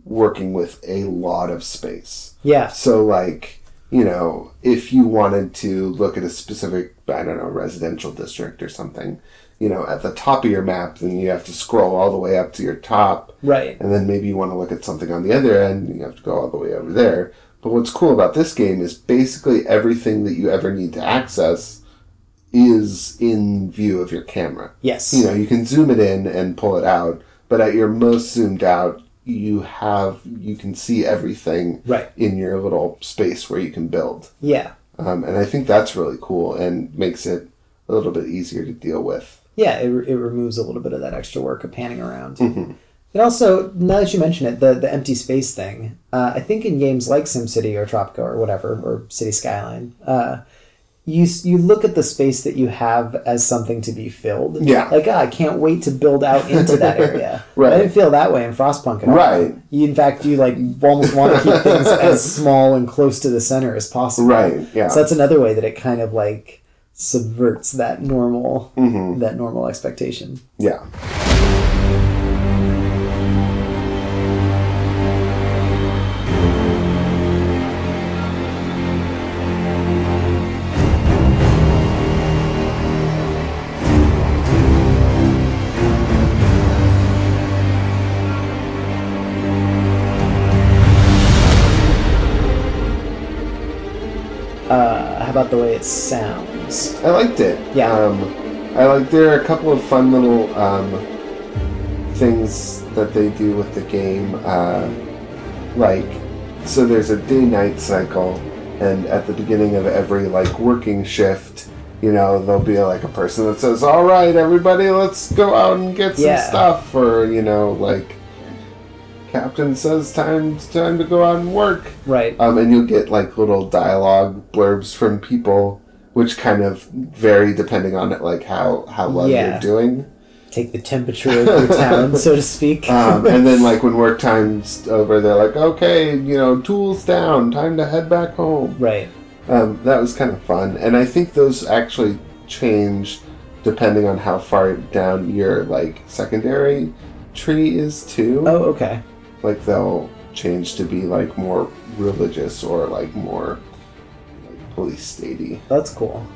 Speaker 2: working with a lot of space.
Speaker 1: yeah.
Speaker 2: So, like, you know, if you wanted to look at a specific, I don't know, residential district or something, you know, at the top of your map, then you have to scroll all the way up to your top.
Speaker 1: Right.
Speaker 2: And then maybe you want to look at something on the other end, and you have to go all the way over there. But what's cool about this game is basically everything that you ever need to access is in view of your camera.
Speaker 1: Yes.
Speaker 2: You know, you can zoom it in and pull it out, but at your most zoomed out, you have you can see everything
Speaker 1: Right.
Speaker 2: in your little space where you can build.
Speaker 1: Yeah.
Speaker 2: Um, and I think that's really cool and makes it a little bit easier to deal with.
Speaker 1: Yeah, it, it removes a little bit of that extra work of panning around.
Speaker 2: Mm-hmm.
Speaker 1: It also, now that you mention it, the, the empty space thing, uh, I think in games like SimCity or Tropico or whatever, or City Skyline, uh, you s- you look at the space that you have as something to be filled.
Speaker 2: Yeah.
Speaker 1: Like ah, I can't wait to build out into that area.
Speaker 2: Right.
Speaker 1: I didn't feel that way in Frostpunk at all.
Speaker 2: Right.
Speaker 1: You, in fact, you like almost want to keep things as small and close to the center as possible.
Speaker 2: Right, yeah.
Speaker 1: So that's another way that it kind of like subverts that normal
Speaker 2: Mm-hmm.
Speaker 1: that normal expectation.
Speaker 2: Yeah.
Speaker 1: Uh, how about the way it sounds?
Speaker 2: I liked it.
Speaker 1: Yeah.
Speaker 2: Um, I like there are a couple of fun little um, things that they do with the game. Uh, like, so there's a day-night cycle, and at the beginning of every like working shift, you know, there'll be like a person that says, "All right, everybody, let's go out and get
Speaker 1: Yeah.
Speaker 2: some stuff," or you know, like. Captain says time time to go out and work
Speaker 1: Right.
Speaker 2: um, and you'll get like little dialogue blurbs from people, which kind of vary depending on it, like how how well
Speaker 1: Yeah.
Speaker 2: you're doing.
Speaker 1: Take the temperature of your town, so to speak.
Speaker 2: Um, and then like when work time's over, they're like, okay, you know, tools down, time to head back home.
Speaker 1: right.
Speaker 2: Um, that was kind of fun, and I think those actually change depending on how far down your like secondary tree is too.
Speaker 1: Oh, okay.
Speaker 2: like they'll change to be like more religious or like more like police statey.
Speaker 1: That's cool.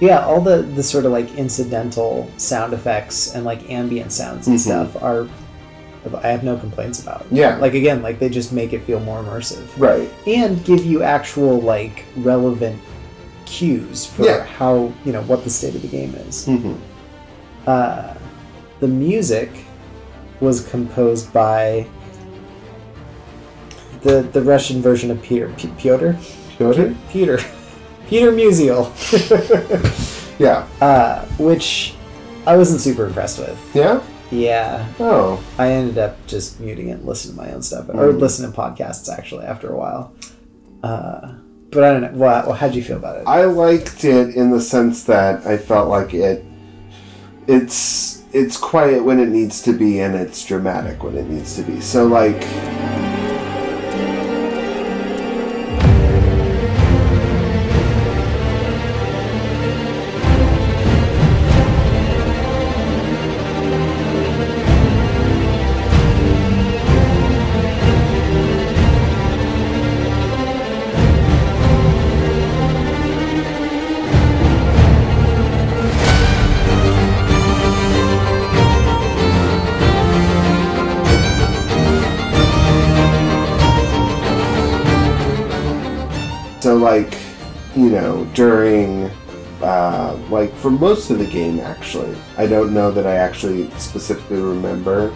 Speaker 1: Yeah, all the the sort of like incidental sound effects and like ambient sounds and
Speaker 2: Mhm.
Speaker 1: stuff are I have no complaints about.
Speaker 2: Yeah.
Speaker 1: Like again, like they just make it feel more immersive
Speaker 2: Right.
Speaker 1: and give you actual like relevant cues for
Speaker 2: Yeah.
Speaker 1: how, you know, what the state of the game is.
Speaker 2: hmm
Speaker 1: Uh, the music was composed by the the Russian version of Peter P- Piotr
Speaker 2: Piotr?
Speaker 1: Peter Peter Musial.
Speaker 2: Yeah.
Speaker 1: uh, which I wasn't super impressed with.
Speaker 2: Yeah?
Speaker 1: Yeah,
Speaker 2: Oh.
Speaker 1: I ended up just muting it and listening to my own stuff, or
Speaker 2: Mm.
Speaker 1: listening to podcasts actually after a while. Uh, but I don't know. Well, how'd you feel about it?
Speaker 2: I liked it in the sense that I felt like it it's it's quiet when it needs to be and it's dramatic when it needs to be. So like So, like, you know, during, uh, like, for most of the game, actually, I don't know that I actually specifically remember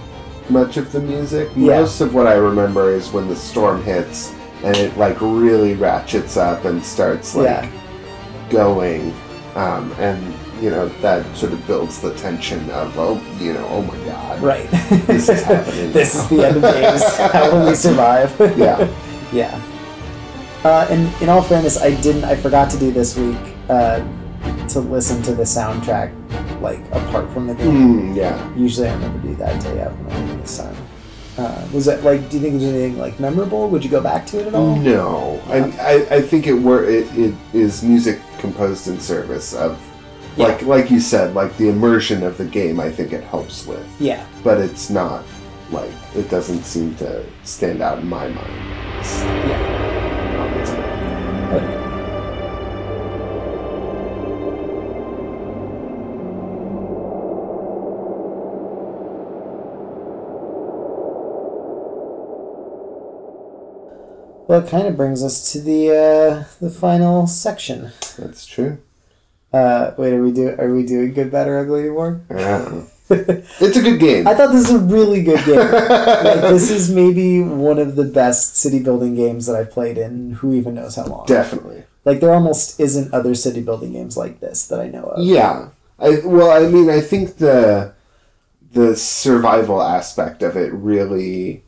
Speaker 2: much of the music.
Speaker 1: Yeah.
Speaker 2: Most of what I remember is when the storm hits and it, like, really ratchets up and starts, like,
Speaker 1: Yeah.
Speaker 2: going. Um, and, you know, that sort of builds the tension of, oh, you know, oh my god.
Speaker 1: right.
Speaker 2: This is happening.
Speaker 1: This
Speaker 2: now.
Speaker 1: is the end of days. How will we survive?
Speaker 2: Yeah.
Speaker 1: yeah. Uh, and in all fairness, I didn't. I forgot to do this week uh, to listen to the soundtrack, like apart from the game.
Speaker 2: Mm, yeah.
Speaker 1: Usually, I remember do that day out when I remember this time. Uh, was that like? Do you think there's anything like memorable? Would you go back to it at
Speaker 2: Hmm.
Speaker 1: all?
Speaker 2: No, I, I, I think it were it, it is music composed in service of,
Speaker 1: Yeah.
Speaker 2: like like you said, like the immersion of the game. I think it helps with,
Speaker 1: Yeah,
Speaker 2: but it's not like it doesn't seem to stand out in my mind. It's
Speaker 1: yeah.
Speaker 2: not its own.
Speaker 1: I would agree. Well, it kind of brings us to the uh, the final section.
Speaker 2: That's true.
Speaker 1: Uh, wait, are we do are we doing good, bad, or ugly anymore?
Speaker 2: Yeah. Uh-huh. it's a good game.
Speaker 1: I thought this was a really good game. like, this is maybe one of the best city building games that I've played in who even knows how long.
Speaker 2: Definitely.
Speaker 1: Like there almost isn't other city building games like this that I know of.
Speaker 2: Yeah. I well, I mean, I think the the survival aspect of it really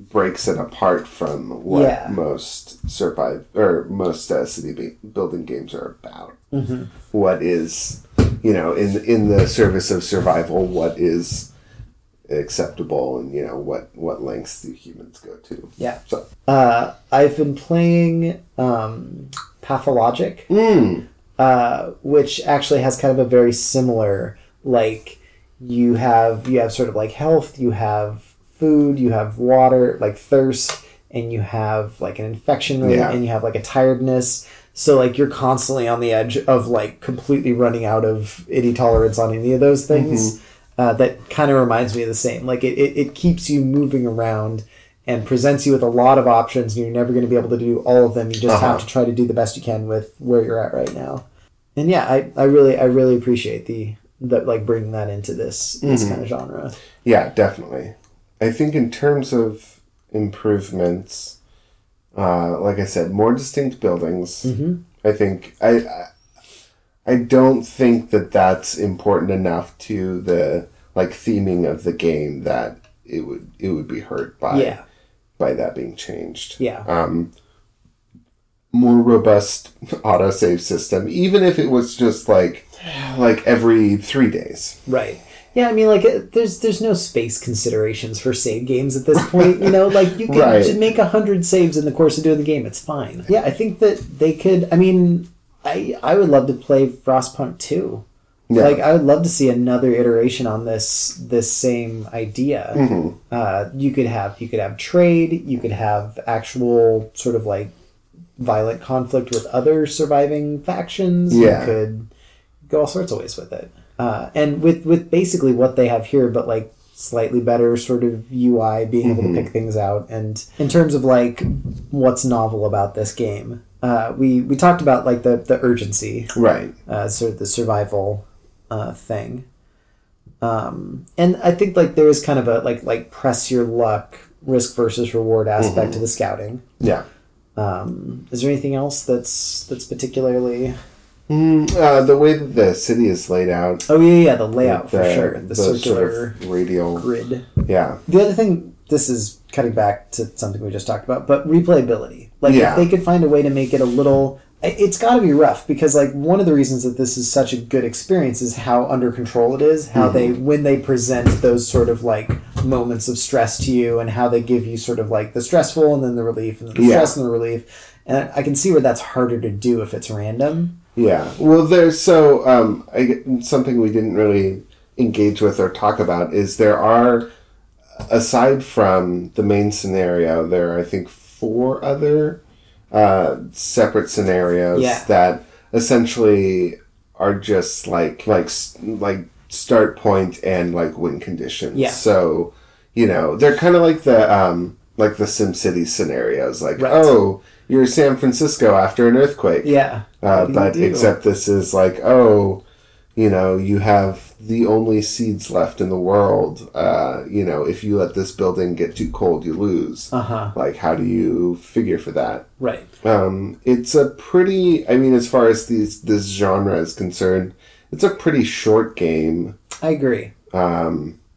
Speaker 2: breaks it apart from what
Speaker 1: Yeah.
Speaker 2: most survive or most uh, city ba- building games are about. What is you know in in the service of survival? What is acceptable and you know what what lengths do humans go to?
Speaker 1: Yeah.
Speaker 2: So
Speaker 1: Uh, I've been playing um, Pathologic, uh, which actually has kind of a very similar like you have you have sort of like health, you have food, you have water, like thirst, and you have like an infection rate,
Speaker 2: Yeah.
Speaker 1: and you have like a tiredness. So like you're constantly on the edge of like completely running out of any tolerance on any of those things. Uh, that kind of reminds me of the same. Like it, it, it keeps you moving around and presents you with a lot of options and you're never going to be able to do all of them you just have to try to do the best you can with where you're at right now and yeah i, I really i really appreciate the that like bringing that into this this
Speaker 2: Mm-hmm.
Speaker 1: kind of genre
Speaker 2: Yeah, definitely. I think in terms of improvements, uh, like I said, more distinct buildings.
Speaker 1: Mm-hmm.
Speaker 2: I think I, I I don't think that that's important enough to the like theming of the game that it would it would be hurt by
Speaker 1: yeah
Speaker 2: by that being changed.
Speaker 1: yeah
Speaker 2: More robust autosave system, even if it was just like like every three days.
Speaker 1: right yeah i mean like it- there's there's no space considerations for save games at this point you know like you can
Speaker 2: Right.
Speaker 1: ju- make a hundred saves in the course of doing the game it's fine yeah i think that they could i mean i i would love to play frostpunk 2
Speaker 2: Yeah.
Speaker 1: Like I would love to see another iteration on this this same idea.
Speaker 2: Mm-hmm.
Speaker 1: Uh, you could have you could have trade. You could have actual sort of like violent conflict with other surviving factions.
Speaker 2: Yeah.
Speaker 1: You could go all sorts of ways with it. Uh, and with with basically what they have here, but like slightly better sort of UI, being able to pick things out. And in terms of like what's novel about this game, uh, we we talked about like the the urgency
Speaker 2: right.
Speaker 1: uh, sort of the survival uh, thing. Um, and I think like there is kind of a like like press your luck risk versus reward aspect
Speaker 2: Mm-hmm.
Speaker 1: to the scouting.
Speaker 2: Yeah.
Speaker 1: Is there anything else that's that's particularly?
Speaker 2: Uh, the way that the city is laid out
Speaker 1: Oh yeah, yeah, the layout for
Speaker 2: the-
Speaker 1: sure, the,
Speaker 2: sort of
Speaker 1: circular
Speaker 2: radial.
Speaker 1: grid.
Speaker 2: Yeah,
Speaker 1: The other thing, this is cutting back to something we just talked about, but replayability. Like
Speaker 2: Yeah.
Speaker 1: if they could find a way to make it a little, I- it's got to be rough because like one of the reasons that this is such a good experience is how under control it is, how they
Speaker 2: Mm-hmm.
Speaker 1: when they present those sort of like moments of stress to you, and how they give you sort of like the stressful and then the relief and then the
Speaker 2: Yeah.
Speaker 1: stress and the relief. And I can see where that's harder to do if it's random.
Speaker 2: yeah. Well, there's so um, I, get- something we didn't really engage with or talk about is there are, aside from the main scenario, there are I think four other uh, separate scenarios
Speaker 1: Yeah.
Speaker 2: that essentially are just like like s- like start point and like win conditions.
Speaker 1: Yeah.
Speaker 2: So you know they're kind of like the um like the Sim City scenarios. Like
Speaker 1: Right.
Speaker 2: oh you're San Francisco after an earthquake.
Speaker 1: Yeah. What
Speaker 2: Uh,
Speaker 1: do you
Speaker 2: but
Speaker 1: do?
Speaker 2: except this is like, oh, you know, you have the only seeds left in the world. Uh, you know, if you let this building get too cold, you lose.
Speaker 1: Uh-huh.
Speaker 2: Like, how do you figure for that?
Speaker 1: right.
Speaker 2: Um, it's a pretty. I mean, as far as these this genre is concerned, it's a pretty short game. Um,
Speaker 1: I agree.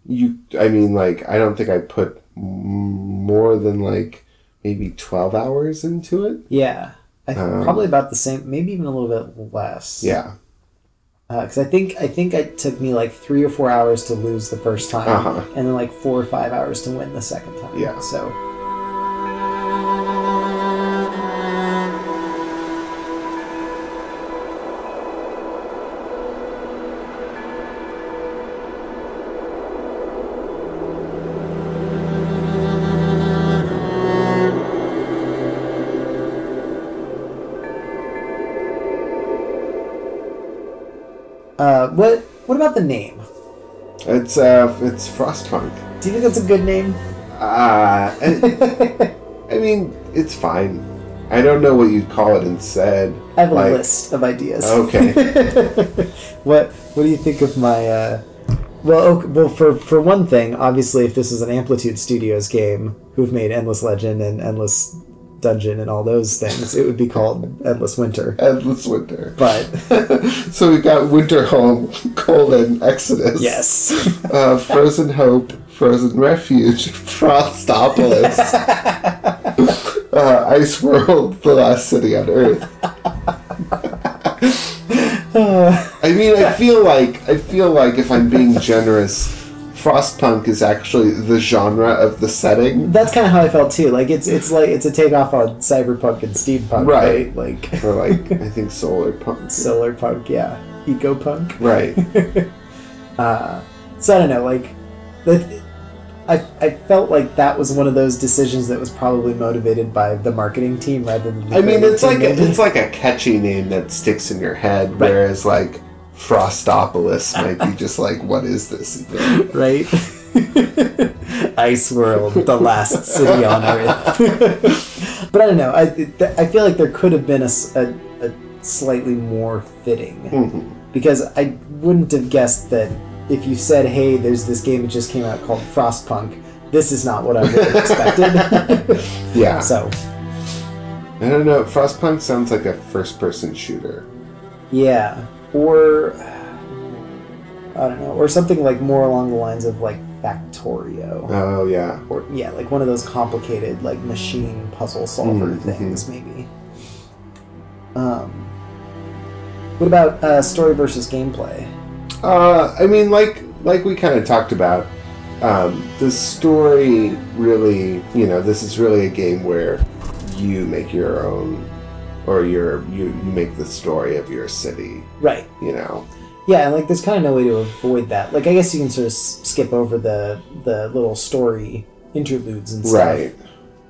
Speaker 2: You, I mean, like, I don't think I put m- more than like maybe twelve hours into it.
Speaker 1: Yeah. I th-
Speaker 2: Um,
Speaker 1: probably about the same, maybe even a little bit less.
Speaker 2: Yeah.
Speaker 1: because Uh, I think I think it took me like three or four hours to lose the first time,
Speaker 2: Uh-huh.
Speaker 1: and then like four or five hours to win the second time.
Speaker 2: Yeah.
Speaker 1: So uh, what what about the name?
Speaker 2: It's uh, it's Frostpunk.
Speaker 1: Do you think that's a good name?
Speaker 2: Uh, I- I mean, it's fine. I don't know what you'd call it instead.
Speaker 1: I have a
Speaker 2: Like, oh.
Speaker 1: list of ideas.
Speaker 2: Okay.
Speaker 1: What What do you think of my? Uh, well, okay, well, for for one thing, obviously, if this is an Amplitude Studios game, who've made Endless Legend and Endless Dungeon and all those things, it would be called Endless Winter.
Speaker 2: Endless winter.
Speaker 1: But
Speaker 2: So we got Winter Home, Cold and Exodus.
Speaker 1: yes,
Speaker 2: Uh, Frozen Hope, frozen refuge, Frostopolis, uh, Ice World, the last city on Earth. I mean, I feel like I feel like if I'm being generous, Frostpunk is actually the genre of the setting.
Speaker 1: That's kind of how I felt too. Like it's it's like it's a takeoff on cyberpunk and steampunk,
Speaker 2: Right.
Speaker 1: right? Like
Speaker 2: Or like I think solar punk.
Speaker 1: solar punk, yeah, eco punk.
Speaker 2: right.
Speaker 1: So I don't know, like, the, I, I felt like that was one of those decisions that was probably motivated by the marketing team rather than. The
Speaker 2: I mean,
Speaker 1: creative
Speaker 2: it's like
Speaker 1: team,
Speaker 2: a,
Speaker 1: maybe.
Speaker 2: it's like a catchy name that sticks in your head,
Speaker 1: Right.
Speaker 2: whereas like Frostopolis might be just like, what is this? even?
Speaker 1: right. Ice World, the last city on Earth. but I don't know. I th- I feel like there could have been a, s- a- a slightly more fitting
Speaker 2: Mm-hmm.
Speaker 1: because I wouldn't have guessed that if you said, "Hey, there's this game that just came out called Frostpunk," this is not what I would have expected.
Speaker 2: Yeah,
Speaker 1: so
Speaker 2: I don't know. Frostpunk sounds like a first-person shooter.
Speaker 1: Yeah, or I don't know, or something like more along the lines of like Factorio.
Speaker 2: Oh yeah, or
Speaker 1: Yeah, like one of those complicated like machine puzzle solver
Speaker 2: Mm, mhm.
Speaker 1: things, maybe. Um, what about uh, story versus gameplay?
Speaker 2: Uh, I mean, like like we kind of talked about, um, the story really, you know, this is really a game where you make your own, or your you, you make the story of your city.
Speaker 1: Right.
Speaker 2: You know,
Speaker 1: Yeah, and like there's kind of no way to avoid that. Like I guess you can sort of s- skip over the the little story interludes and stuff.
Speaker 2: right?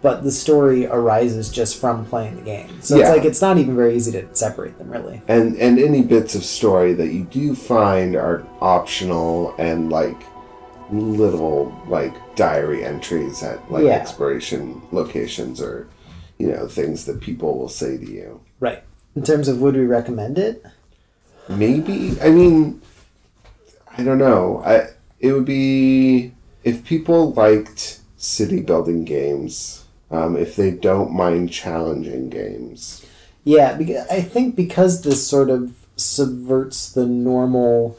Speaker 1: But the story arises just from playing the game, so it's
Speaker 2: Yeah.
Speaker 1: like it's not even very easy to separate them, really.
Speaker 2: And and any bits of story that you do find are optional and like little like diary entries at like
Speaker 1: Yeah.
Speaker 2: exploration locations or you know things that people will say to you.
Speaker 1: Right. In terms of would we recommend it?
Speaker 2: Maybe. I mean, I don't know. I it would be if people liked city building games. Um, if they don't mind challenging games,
Speaker 1: Yeah, because I think because this sort of subverts the normal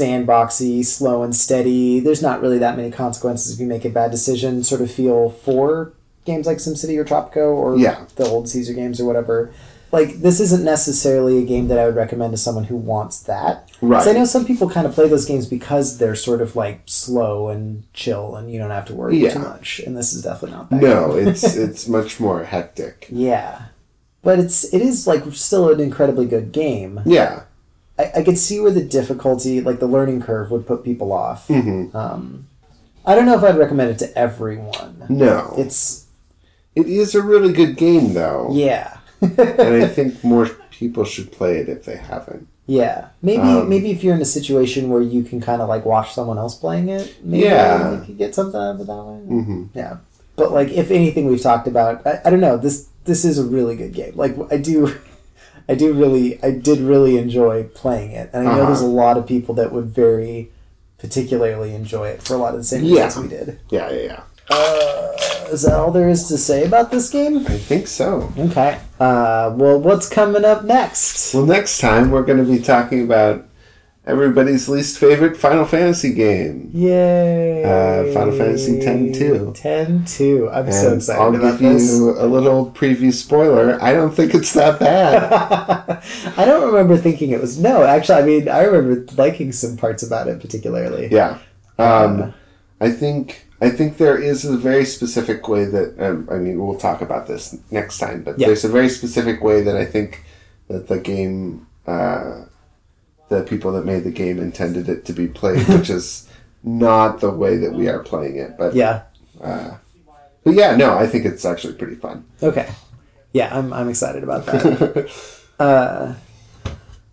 Speaker 1: sandboxy, slow and steady, there's not really that many consequences if you make a bad decision, sort of feel for games like SimCity or Tropico or
Speaker 2: Yeah.
Speaker 1: the old Caesar games or whatever. Like this isn't necessarily a game that I would recommend to someone who wants that. 'Cause I
Speaker 2: Right.
Speaker 1: know some people kind of play those games because they're sort of like slow and chill, and you don't have to worry
Speaker 2: Yeah.
Speaker 1: too much. And this is definitely not that.
Speaker 2: no, it's it's much more hectic.
Speaker 1: Yeah, but it's it is like still an incredibly good game.
Speaker 2: Yeah,
Speaker 1: I, I could see where the difficulty, like the learning curve, would put people off. Um, I don't know if I'd recommend it to everyone.
Speaker 2: no, it's
Speaker 1: It's
Speaker 2: it is a really good game though,
Speaker 1: yeah,
Speaker 2: and I think more people should play it if they haven't.
Speaker 1: yeah. Maybe
Speaker 2: Um,
Speaker 1: maybe if you're in a situation where you can kind of like watch someone else playing it, maybe
Speaker 2: Yeah. Mm-hmm.
Speaker 1: you could get something out of it that way. Yeah, but like if anything we've talked about, I, I don't know. This this is a really good game. Like I do, I do really, I did really enjoy playing it, and I know
Speaker 2: Uh-huh.
Speaker 1: there's a lot of people that would very particularly enjoy it for a lot of the same
Speaker 2: Yeah.
Speaker 1: reasons we did.
Speaker 2: Yeah, yeah, yeah.
Speaker 1: Is that all there is to say about this game?
Speaker 2: I think so.
Speaker 1: Okay. Uh, well, what's coming up next?
Speaker 2: Well, next time we're going to be talking about everybody's least favorite Final Fantasy game.
Speaker 1: Yay!
Speaker 2: Uh, Final Fantasy X-2.
Speaker 1: 10 2. I'm so
Speaker 2: And
Speaker 1: excited
Speaker 2: I'll
Speaker 1: about
Speaker 2: give you
Speaker 1: this.
Speaker 2: a little preview spoiler. I don't think it's that bad.
Speaker 1: I don't remember thinking it was. No, actually, I mean, I remember liking some parts about it particularly.
Speaker 2: yeah. Um, I think I think there is a very specific way that um, I mean we'll talk about this next time, but
Speaker 1: Yeah.
Speaker 2: there's a very specific way that I think that the game uh, the people that made the game intended it to be played, which is not the way that we are playing it. But
Speaker 1: Yeah.
Speaker 2: but yeah, no, I think it's actually pretty fun.
Speaker 1: Okay. Yeah, I'm, I'm excited about that. uh,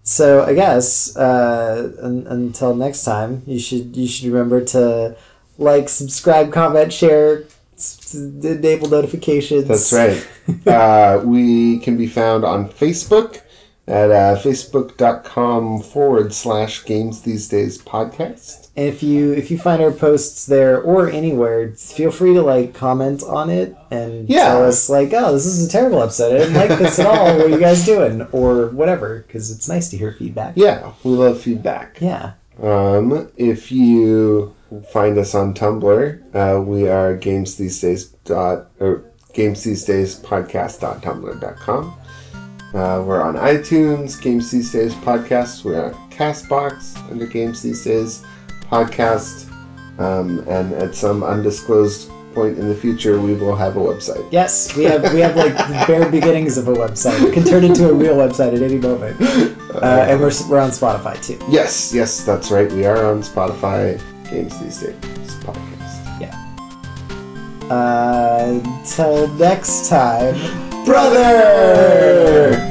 Speaker 1: so I guess uh, un- until next time, you should you should remember to like, subscribe, comment, share, s- s- enable notifications.
Speaker 2: That's right. uh, we can be found on Facebook at uh, facebook.com forward slash games these days podcast.
Speaker 1: And if you if you find our posts there or anywhere, feel free to like comment on it and
Speaker 2: Yeah.
Speaker 1: tell us like, oh, this is a terrible episode. I didn't like this at all. What are you guys doing? Or whatever, because it's nice to hear feedback.
Speaker 2: Yeah, we love feedback.
Speaker 1: Yeah.
Speaker 2: Um, if you Find us on Tumblr. Uh, we are games these days dot or games these days podcast dot tumblr dot com. Uh, we're on iTunes, Games These Days podcast. We're on Castbox under Games These Days podcast, um, and at some undisclosed point in the future, we will have a website.
Speaker 1: Yes, we have we have like the bare beginnings of a website. It can turn into a real website at any moment. Uh, and we're, s- we're on Spotify too.
Speaker 2: Yes, yes, that's right. We are on Spotify. Games These Days podcast.
Speaker 1: Uh, till next time, brother.